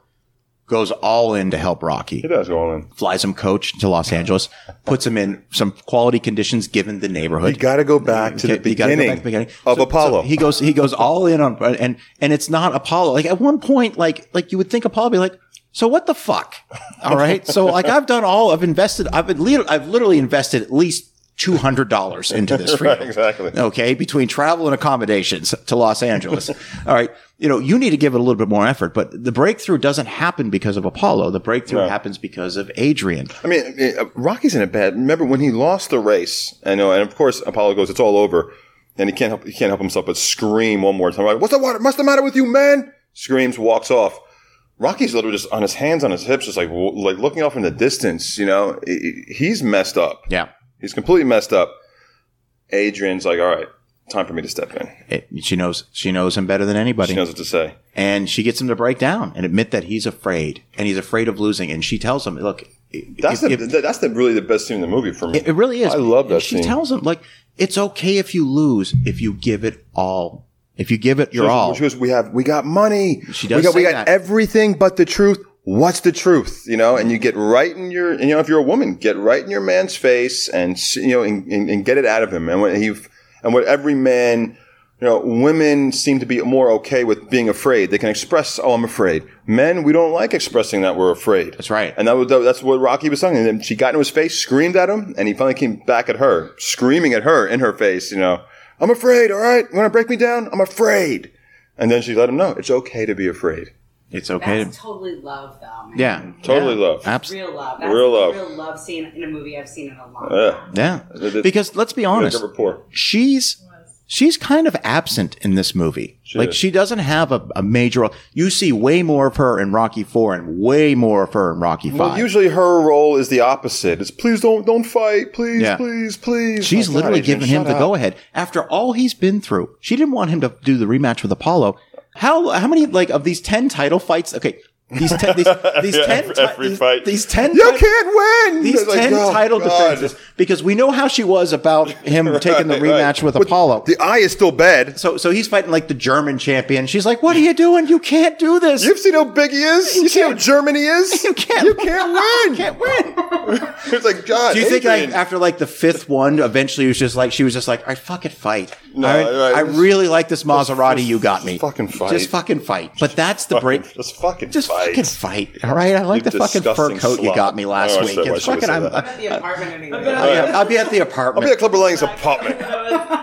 goes all in to help Rocky.
He does go all in.
Flies him coach to Los Angeles, puts him in some quality conditions given the neighborhood.
You got to go back to the
Okay, you gotta go
beginning,
back to the beginning.
of
So-
Apollo.
so he goes he goes all in on and and it's not Apollo. Like at one point, like like you would think Apollo would be like, so what the fuck? All right. so like I've done all. I've invested. I've been lit- I've literally invested at least two hundred dollars into this. for you.
Right, exactly.
Okay, between travel and accommodations to Los Angeles. all right. You know, you need to give it a little bit more effort, but the breakthrough doesn't happen because of Apollo. The breakthrough happens because of Adrian.
I mean, uh, Rocky's in a bad. Remember when he lost the race? I know, and of course Apollo goes, "It's all over," and he can't help he can't help himself but scream one more time. Like, "What's the water? What's the matter with you, man?" Screams, walks off. Rocky's literally just on his hands on his hips, just like w- like looking off in the distance. You know, I- I- he's messed up.
Yeah.
He's completely messed up. Adrian's like, "All right, time for me to step in."
It- she knows she knows him better than anybody.
She knows what to say.
and she gets him to break down and admit that he's afraid and he's afraid of losing. And she tells him, "Look, it-
That's
if-
the,
if-
that's the really the best scene in the movie for me.
it really is."
I love that
And She
scene.
tells him, "Like it's okay if you lose if you give it all. If you give it your
She goes-
all."
She goes, we have, we got money.
She does
We got, we
say
got
that.
everything but the truth. What's the truth? You know, and you get right in your, and, you know, if you're a woman, get right in your man's face and s- you know, and, and, and get it out of him. And when he, and what every man, you know, women seem to be more okay with being afraid. They can express, oh, I'm afraid. Men, we don't like expressing that we're afraid.
That's right.
And that was, that's what Rocky was saying. And then she got in his face, screamed at him, and he finally came back at her, screaming at her in her face, you know, I'm afraid, all right? You want to break me down? I'm afraid. And then she let him know it's okay to be afraid.
it's okay.
That's
To,
totally love, though. Man.
yeah.
Totally
yeah,
love.
Absolutely.
Real love. That's
Real
the
love.
Real love scene in a movie I've seen in a long
Yeah.
time.
Yeah.
Th- th-
Because let's be honest,
Like a rapport.
she's she's kind of absent in this movie. like
is.
she doesn't have a, a major. You see way more of her in Rocky Four and way more of her in Rocky Five.
Well, usually her role is the opposite. It's please don't don't fight, please,
Yeah.
please, please.
She's
My God,
literally
Adrian,
giving him
shut
the
up.
go ahead after all he's been through. She didn't want him to do the rematch with Apollo. How how many like of these ten title fights? Okay, these ten these, these
Yeah,
ten
every-
ti-
every
these,
fight.
these ten
You
ti-
can't win.
these
It's like,
ten
oh,
title
God.
defenses because we know how she was about him taking the
Right,
rematch
right.
with Apollo.
The eye is still bad.
so so he's fighting like the German champion. She's like, "What are you doing? You can't do this.
You've seen how big he is. You, see how German he is.
you can't.
You
You
can't win.
can't win."
It's like God.
Do you think like
Adrian.
after like the fifth one, eventually it was just like she was just like, "All right, fucking fight.
No,
All right,
right.
I really like this Maserati
just-
you got
just
me.
fucking fight.
Just fucking fight." But that's the break.
Just fucking
Just
fight.
fucking fight. All right, I like
You
the fucking fur
disgusting
coat you
slut.
got me last
Oh, I
week.
said, why
It's
should we
fucking.
say
I'm,
that?
At the apartment anyway.
I'll, be at, I'll be at the
I'll be
apartment.
at Club Lang's apartment.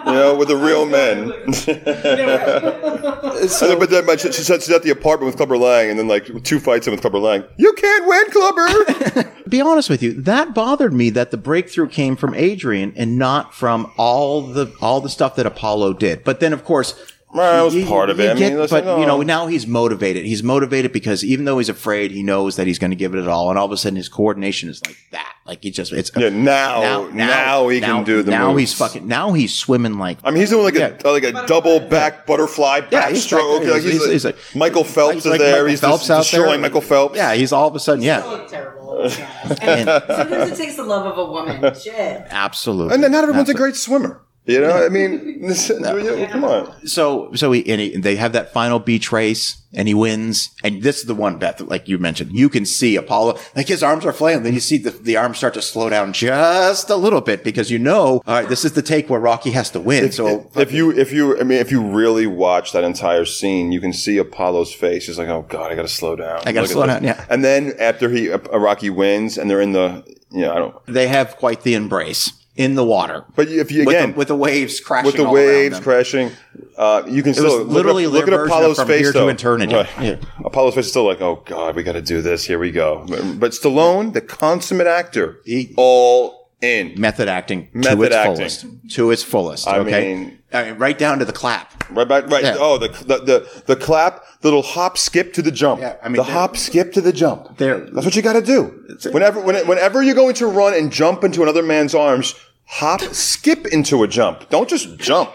You know, with the real men. And- but then my, she, she said she's at the apartment with Clubber Lang, and then like two fights in with Clubber Lang. You can't win, Clubber.
be honest with you, that bothered me that the breakthrough came from Adrian and not from all the all the stuff that Apollo did. But then, of course.
Well, that was
you-
part of
you
it. I mean,
get-
listen, um,
but you know,
no.
now he's motivated. He's motivated because even though he's afraid, he knows that he's going to give it it all. And all of a sudden, his coordination is like that. Like he just it's
Yeah, now- now he can do the
now
moves.
he's fucking now he's swimming like
I mean, he's doing like a
Yeah.
like a double back butterfly
Yeah, he's
backstroke.
back there.
Like,
He's- he's like-
Michael Phelps
like
is there.
Michael
he's
Phelps
just
out
destroying
there.
Michael Phelps.
yeah. He's all of a sudden
I
yeah,
look terrible. let's be honest. And Sometimes it takes the love of a woman. Shit.
absolutely.
and then not everyone's a great swimmer. You know, I mean, this- come on.
so so he and he, they have that final beach race and he wins and this is the one Beth like you mentioned you can see Apollo like his arms are flailing then you see the, the arms start to slow down just a little bit because you know all right this is the take where Rocky has to win so
if you if you I mean if you really watch that entire scene, you can see Apollo's face. He's like, "Oh God, I got to slow down.
I gotta
Look at
slow
this."
down, yeah.
And then after he uh, Rocky wins, and they're in the you know I don't.
they have quite the embrace in the water
But if you
with,
again
the, with the waves crashing
with the
all around
waves
them.
crashing, uh, you can
it
still
was literally
look, at-
their
look at
version of
Apollo's
from
face
here
though.
to eternity
Right.
Yeah.
Apollo's face is still like, "Oh God, we got to do this. Here we go." But, but Stallone, the consummate actor,
He-
all in.
method acting
Method
to its
acting.
fullest to its fullest
I
okay
mean-
I mean, right down to the clap
Right back, right.
Yeah.
Oh, the, the the the clap, the little hop, skip to the jump.
Yeah, I mean,
the
they're-
hop, skip to the jump.
they're-
That's what you got to do. Whenever when, whenever you're going to run and jump into another man's arms, hop, skip into a jump. Don't just jump.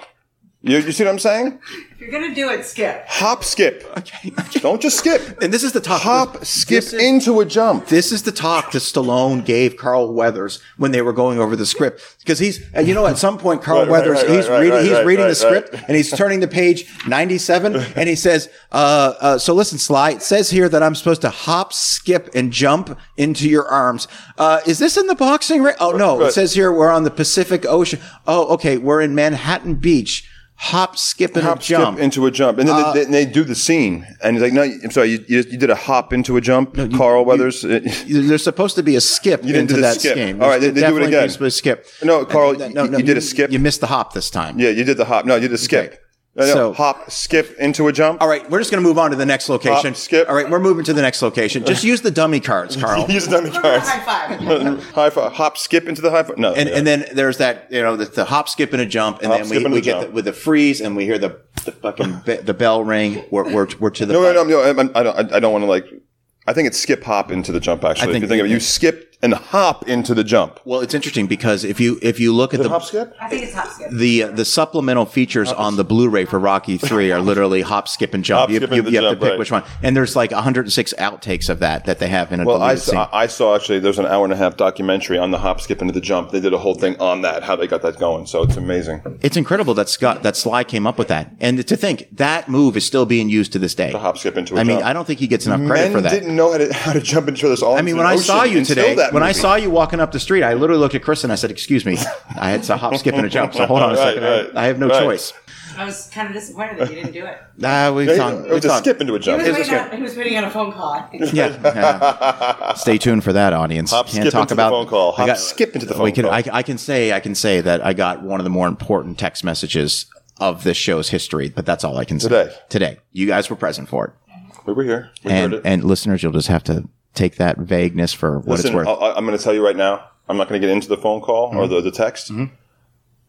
You, you see what I'm saying?
If you're gonna do it, skip.
Hop, skip.
Okay. okay.
Don't just skip.
And this is the talk.
Hop, skip
This is-
into a jump.
This is the talk that Stallone gave Carl Weathers when they were going over the script because he's and you know at some point Carl
Right, right,
Weathers
right,
he's
right,
reading
right,
he's
right,
reading the
right, right.
script and he's turning to page ninety seven and he says uh, uh, so listen Sly it says here that I'm supposed to hop skip and jump into your arms uh, is this in the boxing ring oh no it
Right.
says here we're on the Pacific Ocean oh okay we're in Manhattan Beach hop skip and a
Hop,
jump Uh,
skip into a jump, and then they- they, they do the scene, and he's like, "No, I'm sorry, you, you, you did a hop into a jump, Carl Weathers."
There's supposed to be a skip
didn't
into
do the
that
skip.
game.
All right, they- they do it
Definitely
again.
supposed to skip.
No, Carl,
And-
you- you did a skip.
You missed the hop this time.
yeah, you did the hop. No, you did a skip.
Okay.
No, no,
So-
hop, skip into a jump.
All right, we're just going to move on to the next location.
Hop, skip.
All right, we're moving to the next location. Just use the dummy cards, Carl.
He's done the cards.
High five.
high five. Hop, skip into the high five. No,
And,
yeah.
and then there's that you know the, the hop, skip, and a jump, and
Hop,
then
skip,
we,
and
we
a
get
jump.
the, with the freeze, and we hear the, the fucking be, the bell ring. We're, we're, we're to the
No,
fight.
no, no, no. I'm- I'm- I don't. I don't want to like. I think it's skip hop into the jump. Actually,
I
if
think-
you think of it, you skipped and hop into the jump.
Well, it's interesting because if you if you look at the
Hop skip.
I think it's hop skip.
the uh, the supplemental features on the Blu-ray for Rocky Three are literally hop, skip, and jump.
Hop,
you
skip,
you-
and the
you have
jump,
to pick
right.
which one. And there's like 106 outtakes of that that they have in a
Well, I
deleted scene.
saw, I saw actually there's an hour and a half documentary on the hop skip into the jump. They did a whole thing on that, how they got that going. So it's amazing.
It's incredible that Scott that Sly came up with that. And to think that move is still being used to this day.
hop, skip, into a
I mean,
jump.
I don't think he gets enough credit
Men
for that.
didn't know how to how to jump into this all.
I mean, when I saw you today, when I saw you walking up the street, I literally looked at Chris and I said, "Excuse me, I had to hop, skip, and a jump." So hold on a
Right,
second, I-
right,
I have no
right.
choice.
I was kind of disappointed that you didn't do it.
Ah, we
it
thought we
was a
thought-
skip into a
He
jump.
was, waiting
skip.
on, he was waiting on a phone call. I think.
Yeah. yeah. Stay tuned for that, audience.
Hop, skip into the phone call. Hop, skip into the
we
phone
can,
call.
I, I can say I can say that I got one of the more important text messages of this show's history, but that's all I can say
Today.
Today, you guys were present for it,
We were here. We
and
heard it.
and listeners, you'll just have to take that vagueness for what
Listen,
it's worth. Mm-hmm.
I- I, I'm going to tell you right now. I'm not going to get into the phone call or the, the text,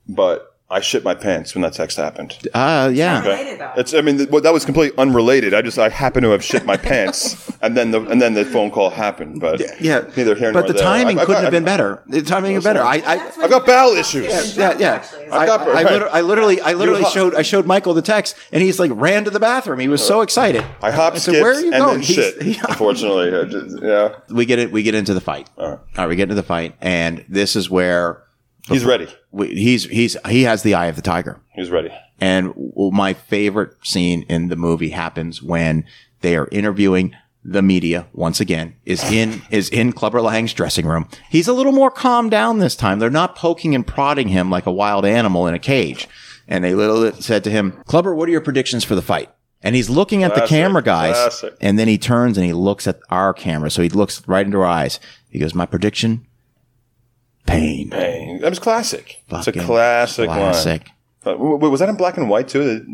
but I shit my pants when that text happened.
Uh, yeah.
Related, though.
It's. I mean, th- well, that was completely unrelated. I just I happened to have shit my pants, and then the and then the phone call happened. But
Yeah,
neither here nor
but the
there.
timing
I- I-
couldn't
I-
have been better. The timing was better. I, I,
That's when
got
you-
bowel issues.
Yeah,
yeah, yeah.
actually.
I,
got-
I, I,
right.
liter- I literally, I literally
hop-
showed, I showed Michael the text, and he's like ran to the bathroom. He was so excited.
Uh, I hop,
said,
skipped,
"Where are you
and
going?"
then
He's-
shit. Unfortunately, I just- yeah,
we get it. We get into the fight. All
right.
we get into the fight, and this is where
he's ready.
we, he's he's he has the eye of the tiger.
He's ready.
And w- my favorite scene in the movie happens when they are interviewing the media once again is in is in Clubber Lang's dressing room. He's a little more calmed down this time. They're not poking and prodding him like a wild animal in a cage. And they little said to him, "Clubber, what are your predictions for the fight?" And he's looking at
Classic,
the camera guys,
classic.
and then he turns and he looks at our camera. So he looks right into our eyes. He goes, "My prediction, pain."
Hey, that was classic. it's
Fucking
a classic,
Classic.
line. Uh, w- w- was that in black and white too?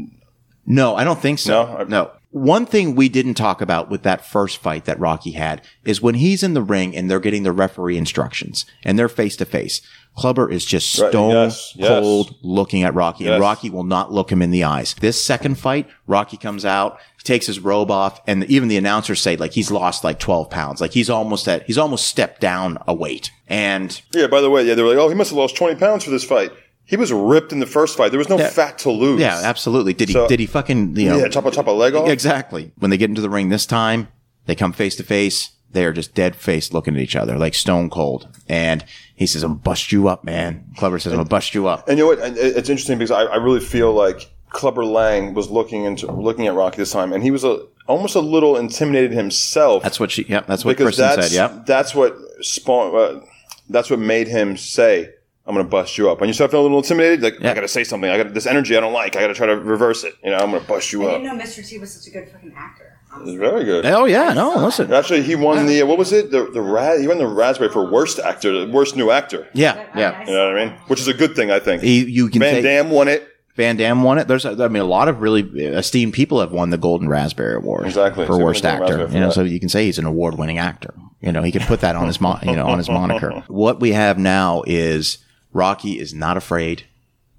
No, I don't think so.
No? I-
no. One thing we didn't talk about with that first fight that Rocky had is when he's in the ring and they're getting the referee instructions and they're face to face. Clubber is just
Right,
stone
yes, yes.
cold looking at Rocky,
Yes.
and Rocky will not look him in the eyes. This second fight, Rocky comes out, he takes his robe off, and even the announcers say like he's lost like twelve pounds, like he's almost at he's almost stepped down a weight. And
Yeah. By the way, yeah, they were like, "Oh, he must have lost twenty pounds for this fight." He was ripped in the first fight. There was no fat to lose.
yeah, absolutely. Did he
So-
did he fucking you know
Yeah, chop a chop a leg off.
Exactly. When they get into the ring this time, they come face to face. They are just dead faced looking at each other, like stone cold. And he says, I'm gonna bust you up, man. Clever says, I'm gonna bust you up.
And you know what? And it- It's interesting because I, I really feel like Clubber Lang was looking into looking at Rocky this time, and he was a, almost a little intimidated himself.
That's what she, yep, that's what
because
Kristen
that's
said, yep.
that's what spawn. Uh, that's what made him say, "I'm going to bust you up." When you start feeling a little intimidated, like I
Yeah.
got to say something. I got this energy I don't like. I got to try to reverse it. You know, I'm going to bust you
I
up.
didn't know Mr. T was such a good fucking actor.
It's very good.
Oh, yeah, no, listen.
Actually, he won the what was it? The the Ra- he won the raspberry for worst actor, worst new actor.
Yeah, yeah.
You know what I mean? Which is a good thing, I think.
He, you can
Van
take-
Damme won it.
Van Damme won it. There's, I mean, a lot of really esteemed people have won the Golden Raspberry Award
Exactly.
for
So
worst
Golden
actor.
Raspberry for
you know,
that.
so you can say he's an award-winning actor. You know, he can put that on his, mon- you know, on his moniker. What we have now is Rocky is not afraid,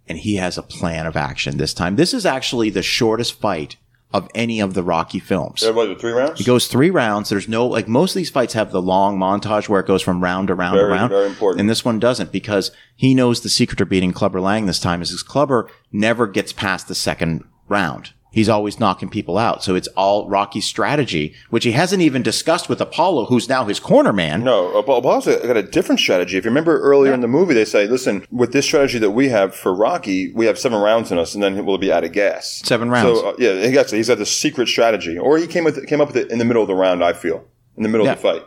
and he has a plan of action this time. This is actually the shortest fight of any of the Rocky films.
Everybody with three rounds?
It goes three rounds. There's no like most of these fights have the long montage where it goes from round to round
Very,
to round.
very important.
And this one doesn't because he knows the secret to beating Clubber Lang this time is his Clubber never gets past the second round. He's always knocking people out. So it's all Rocky's strategy, which he hasn't even discussed with Apollo, who's now his corner man.
No, Ap- Apollo's got a different strategy. If you remember earlier in the movie, they say, listen, with this strategy that we have for Rocky, we have seven rounds in us, and then we'll be out of gas.
Seven rounds.
So, uh, yeah, he got, he's got this secret strategy. Or he came, with, came up with it in the middle of the round, I feel, in the middle of the
Yeah.
fight.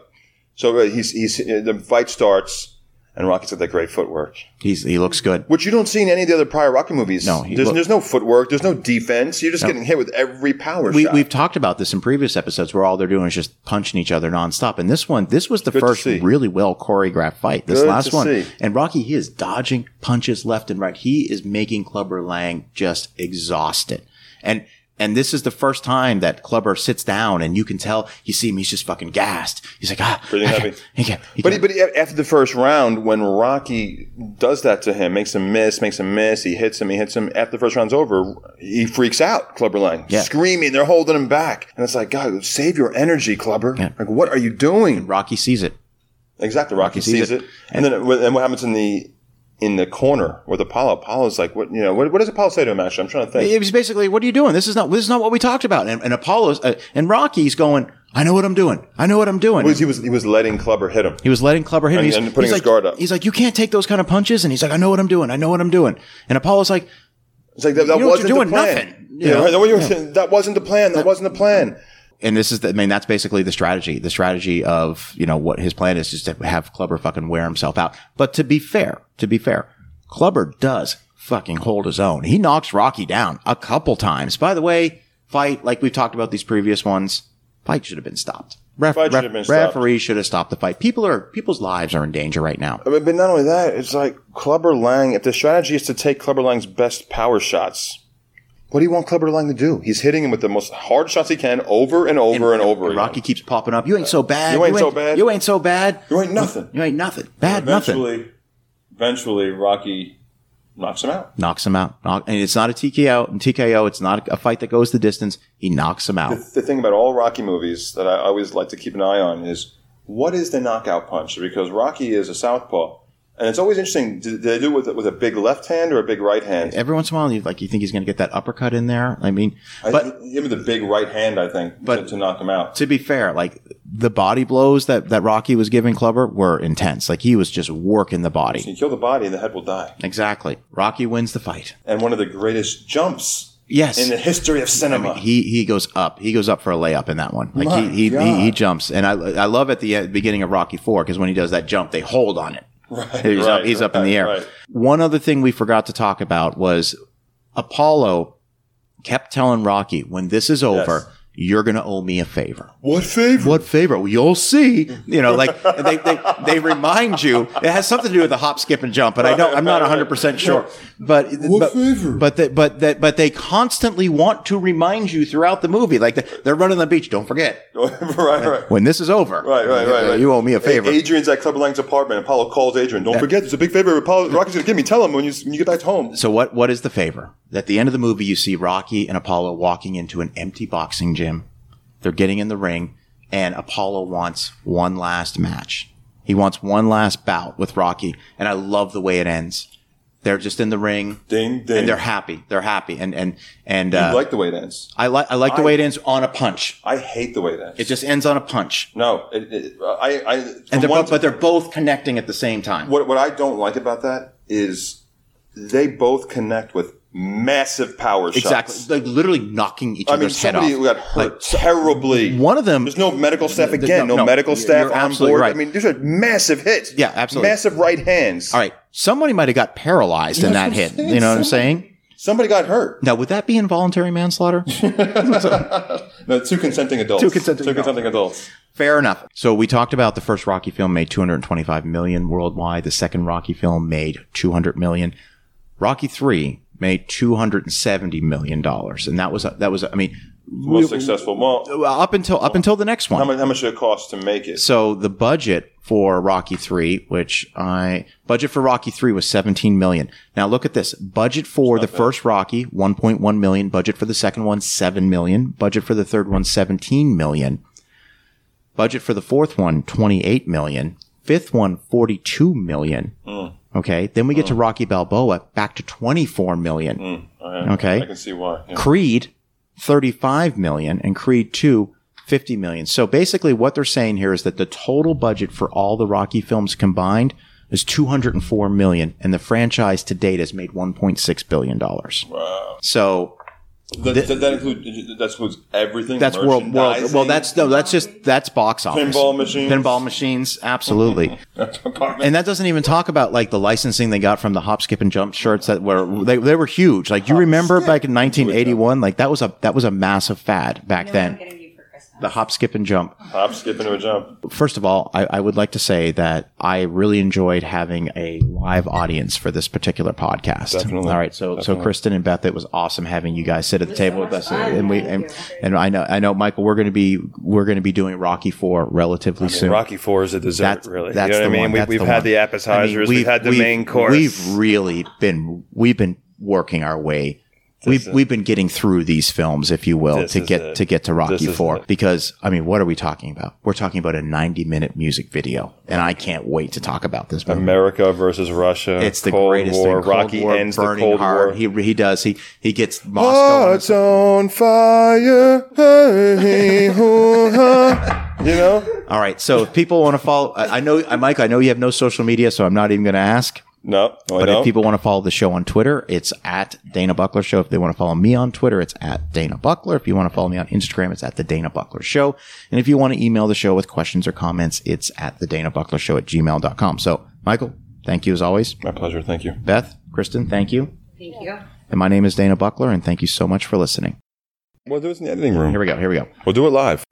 So uh, he's, he's, uh, the fight starts, and Rocky's got that great footwork,
He's, he looks good.
which you don't see in any of the other prior Rocky movies.
No, he
There's,
look-
there's no footwork. There's no defense. You're just getting hit with every power
we,
shot.
We've talked about this in previous episodes where all they're doing is just punching each other nonstop. And this one, this was the
Good to
first
see.
really well choreographed fight. This
Good
last
to
one.
see.
And Rocky, he is dodging punches left and right. He is making Clubber Lang just exhausted. And and this is the first time that Clubber sits down and you can tell you see him, he's just fucking gassed. He's like, ah,
Breathing
I
heavy.
can't- he can't- he
But, he,
can't.
but he, after the first round, when Rocky does that to him, makes him miss, makes him miss, he hits him, he hits him. After the first round's over, he freaks out, Clubber Lang,
Yeah.
screaming. They're holding him back, and it's like, God, save your energy, Clubber.
Yeah.
Like, what are you doing?
Rocky sees it.
Exactly, Rocky, sees it, and, then it- and what happens in the in the corner with Apollo? Apollo's like, what you know? What, what does Apollo say to him? Actually, I'm trying to think.
It was basically, what are you doing? This is not this is not what we talked about. And, and Apollo's uh, and Rocky's going, I know what I'm doing. I know what I'm doing.
He was- he was he was letting Clubber hit him.
He was letting Clubber hit him.
And-
He's,
and putting
he's
his
like,
guard up.
He's like, you can't take those kind of punches. And he's like, I know what I'm doing. I know what I'm doing. And Apollo's like,
It's like that, that
You know what,
wasn't
you're
the
doing
plan.
nothing, you
Yeah,
know?
right, that, what you were saying, that wasn't the plan. That wasn't the plan.
and this is, the, I mean, that's basically the strategy. The strategy of, you know, what his plan is just to have Clubber fucking wear himself out. But to be fair, to be fair, Clubber does fucking hold his own. He knocks Rocky down a couple times. By the way, fight, like we've talked about these previous ones, fight should have been stopped. Ref,
Fight should
ref-
have been stopped.
referee should have stopped the fight. People are, people's lives are in danger right now.
But, but not only that, it's like Clubber Lang. If the strategy is to take Clubber Lang's best power shots, what do you want Clubber Lang to do? He's hitting him with the most hard shots he can over and over and, over again.
Rocky keeps popping up. You ain't so bad.
Uh, You ain't so bad.
You ain't so bad.
You ain't nothing.
You ain't nothing. Bad nothing.
eventually, Rocky knocks him out.
Knocks him out. Knock, and it's not a TKO. And TKO, it's not a fight that goes the distance. He knocks him out.
The thing about all Rocky movies that I always like to keep an eye on is what is the knockout punch? Because Rocky is a southpaw. And it's always interesting. Do do they do it with, a- with a big left hand or a big right hand?
Every once in a while, you like you think he's going to get that uppercut in there. I mean,
But
but
give him the big right hand, I think,
But-
to, to knock him out.
to be fair, like the body blows that that Rocky was giving Clubber were intense. Like he was just working the body.
You kill the body, and the head will die.
Exactly. Rocky wins the fight.
And one of the greatest jumps
Yes.
in the history of cinema.
he he goes up. He goes up for a layup in that one. Like
My
he, he,
God.
he he jumps, and I I love at the uh, beginning of Rocky Four because when he does that jump, they hold on it.
right,
He's up. He's up in the air.
right.
One other thing we forgot to talk about was Apollo kept telling Rocky, "When this is over, you're gonna owe me a favor."
What favor?
What favor? Well, you'll see. You know, like they, they, they remind you. It has something to do with the hop, skip, and jump, but I don't. I'm not 100 percent sure. But
What
but,
favor?
But that but that but they constantly want to remind you throughout the movie. Like they- they're running on the beach. Don't forget
right, right.
when this is over.
Right, right, right, right.
You owe me a favor.
Adrian's at Clubber Lang's apartment. Apollo calls Adrian. Don't forget, there's a big favor. Apollo, Rocky's gonna give me. Tell him when you when you get back home.
So what what is the favor? At the end of the movie, you see Rocky and Apollo walking into an empty boxing gym. They're getting in the ring, and Apollo wants one last match. He wants one last bout with Rocky, and I love the way it ends. They're just in the ring,
Ding, ding.
and they're happy. They're happy, and and and
I
uh,
like the way it ends.
I like I like the way it ends on a punch.
I hate the way it ends.
It just ends on a punch,
no. It, it, I I.
and they're
from one
both, but they're both connecting at the same time.
What what I don't like about that is they both connect with massive power
exactly,
shots.
like literally knocking each
I mean,
other's head
somebody
off.
who got hurt terribly.
One of them
There's no medical staff
Th-
again. No,
no, no,
medical
you're-
staff
you're
on
absolutely
board.
right.
I mean, these are massive hits.
Yeah, absolutely.
Massive right hands.
All right. Somebody might have got paralyzed in that hit. You know what I'm saying?
Somebody got hurt.
Now, would that be involuntary manslaughter?
No, two consenting adults.
Two consenting
Two
adults.
consenting adults.
Fair enough. So we talked about the first Rocky film made 225 million worldwide. The second Rocky film made 200 million. Rocky 3 made 270 million dollars. And that was that was I mean
Most successful. Well,
up until up until the next
how
one.
much, how much did it cost to make it?
So the budget for Rocky 3, which I budget for Rocky 3 was 17 million. Now look at this. Budget for the first Rocky 1.1 million, budget for the second one 7 million, budget for the third one 17 million. Budget for the fourth one 28 million, fifth one 42 million. Okay, then we get to Rocky Balboa back to 24 million. Okay.
I can see why. Yeah.
Creed, 35 million, and Creed 2, 50 million. So basically, what they're saying here is that the total budget for all the Rocky films combined is 204 million, and the franchise to date has made 1.6 billion dollars.
Wow.
So
That, that, includes that includes everything.
that's world, world. Well, that's no, that's just that's box office.
Pinball machines.
pinball machines, absolutely. And that doesn't even talk about like the licensing they got from the hop, skip, and jump shirts that were they, they were huge. Like you remember back in 1981, like that was a that was a massive fad back
You know what
then.
I'm getting you for Christmas.
The hop, skip, and jump.
Hop, skip, into a jump.
First of all, I, I would like to say that I really enjoyed having a live audience for this particular podcast.
Definitely.
All right, so so Kristen and Beth, it was awesome having you guys sit at the table with us, and we and, and I know I know Michael, we're going to be we're going to be doing Rocky Four relatively soon.
Rocky Four is a dessert,
That's-
really.
that's
you know what
the
I mean?
one,
We,
that's
we've
the
had
one.
the
I mean,
appetizers, we've, had the main course.
We've really been we've been working our way. We've, we've been getting through these films, if you will,
This
to
is
get
it.
to get to Rocky
is
Four.
it.
Because I mean, what are we talking about? We're talking about a ninety-minute music video, and I can't wait to talk about this movie.
America versus Russia.
It's the
Cold
greatest thing.
War.
Cold
Rocky
War,
ends the
burning
Cold
hard.
War.
He he does. He he
Oh,
gets Moscow. on his-
Hearts on fire. hey, hoo, ha. you know?
All right. So if people want to follow, I, I know, I, Mike, I know you have no social media, so I'm not even going to ask.
No, I
But
don't.
if people want to follow the show on Twitter, it's at Dana Buckler Show. If they want to follow me on Twitter, it's at Dana Buckler. If you want to follow me on Instagram, it's at The Dana Buckler Show. And if you want to email the show with questions or comments, it's at The Dana Buckler Show at gmail.com. So, Michael, thank you as always.
My pleasure. Thank you.
Beth, Kristen, thank you.
Thank you.
And my name is Dana Buckler, and thank you so much for listening.
We'll do it in the editing room.
Here we go. Here we go.
We'll do it live.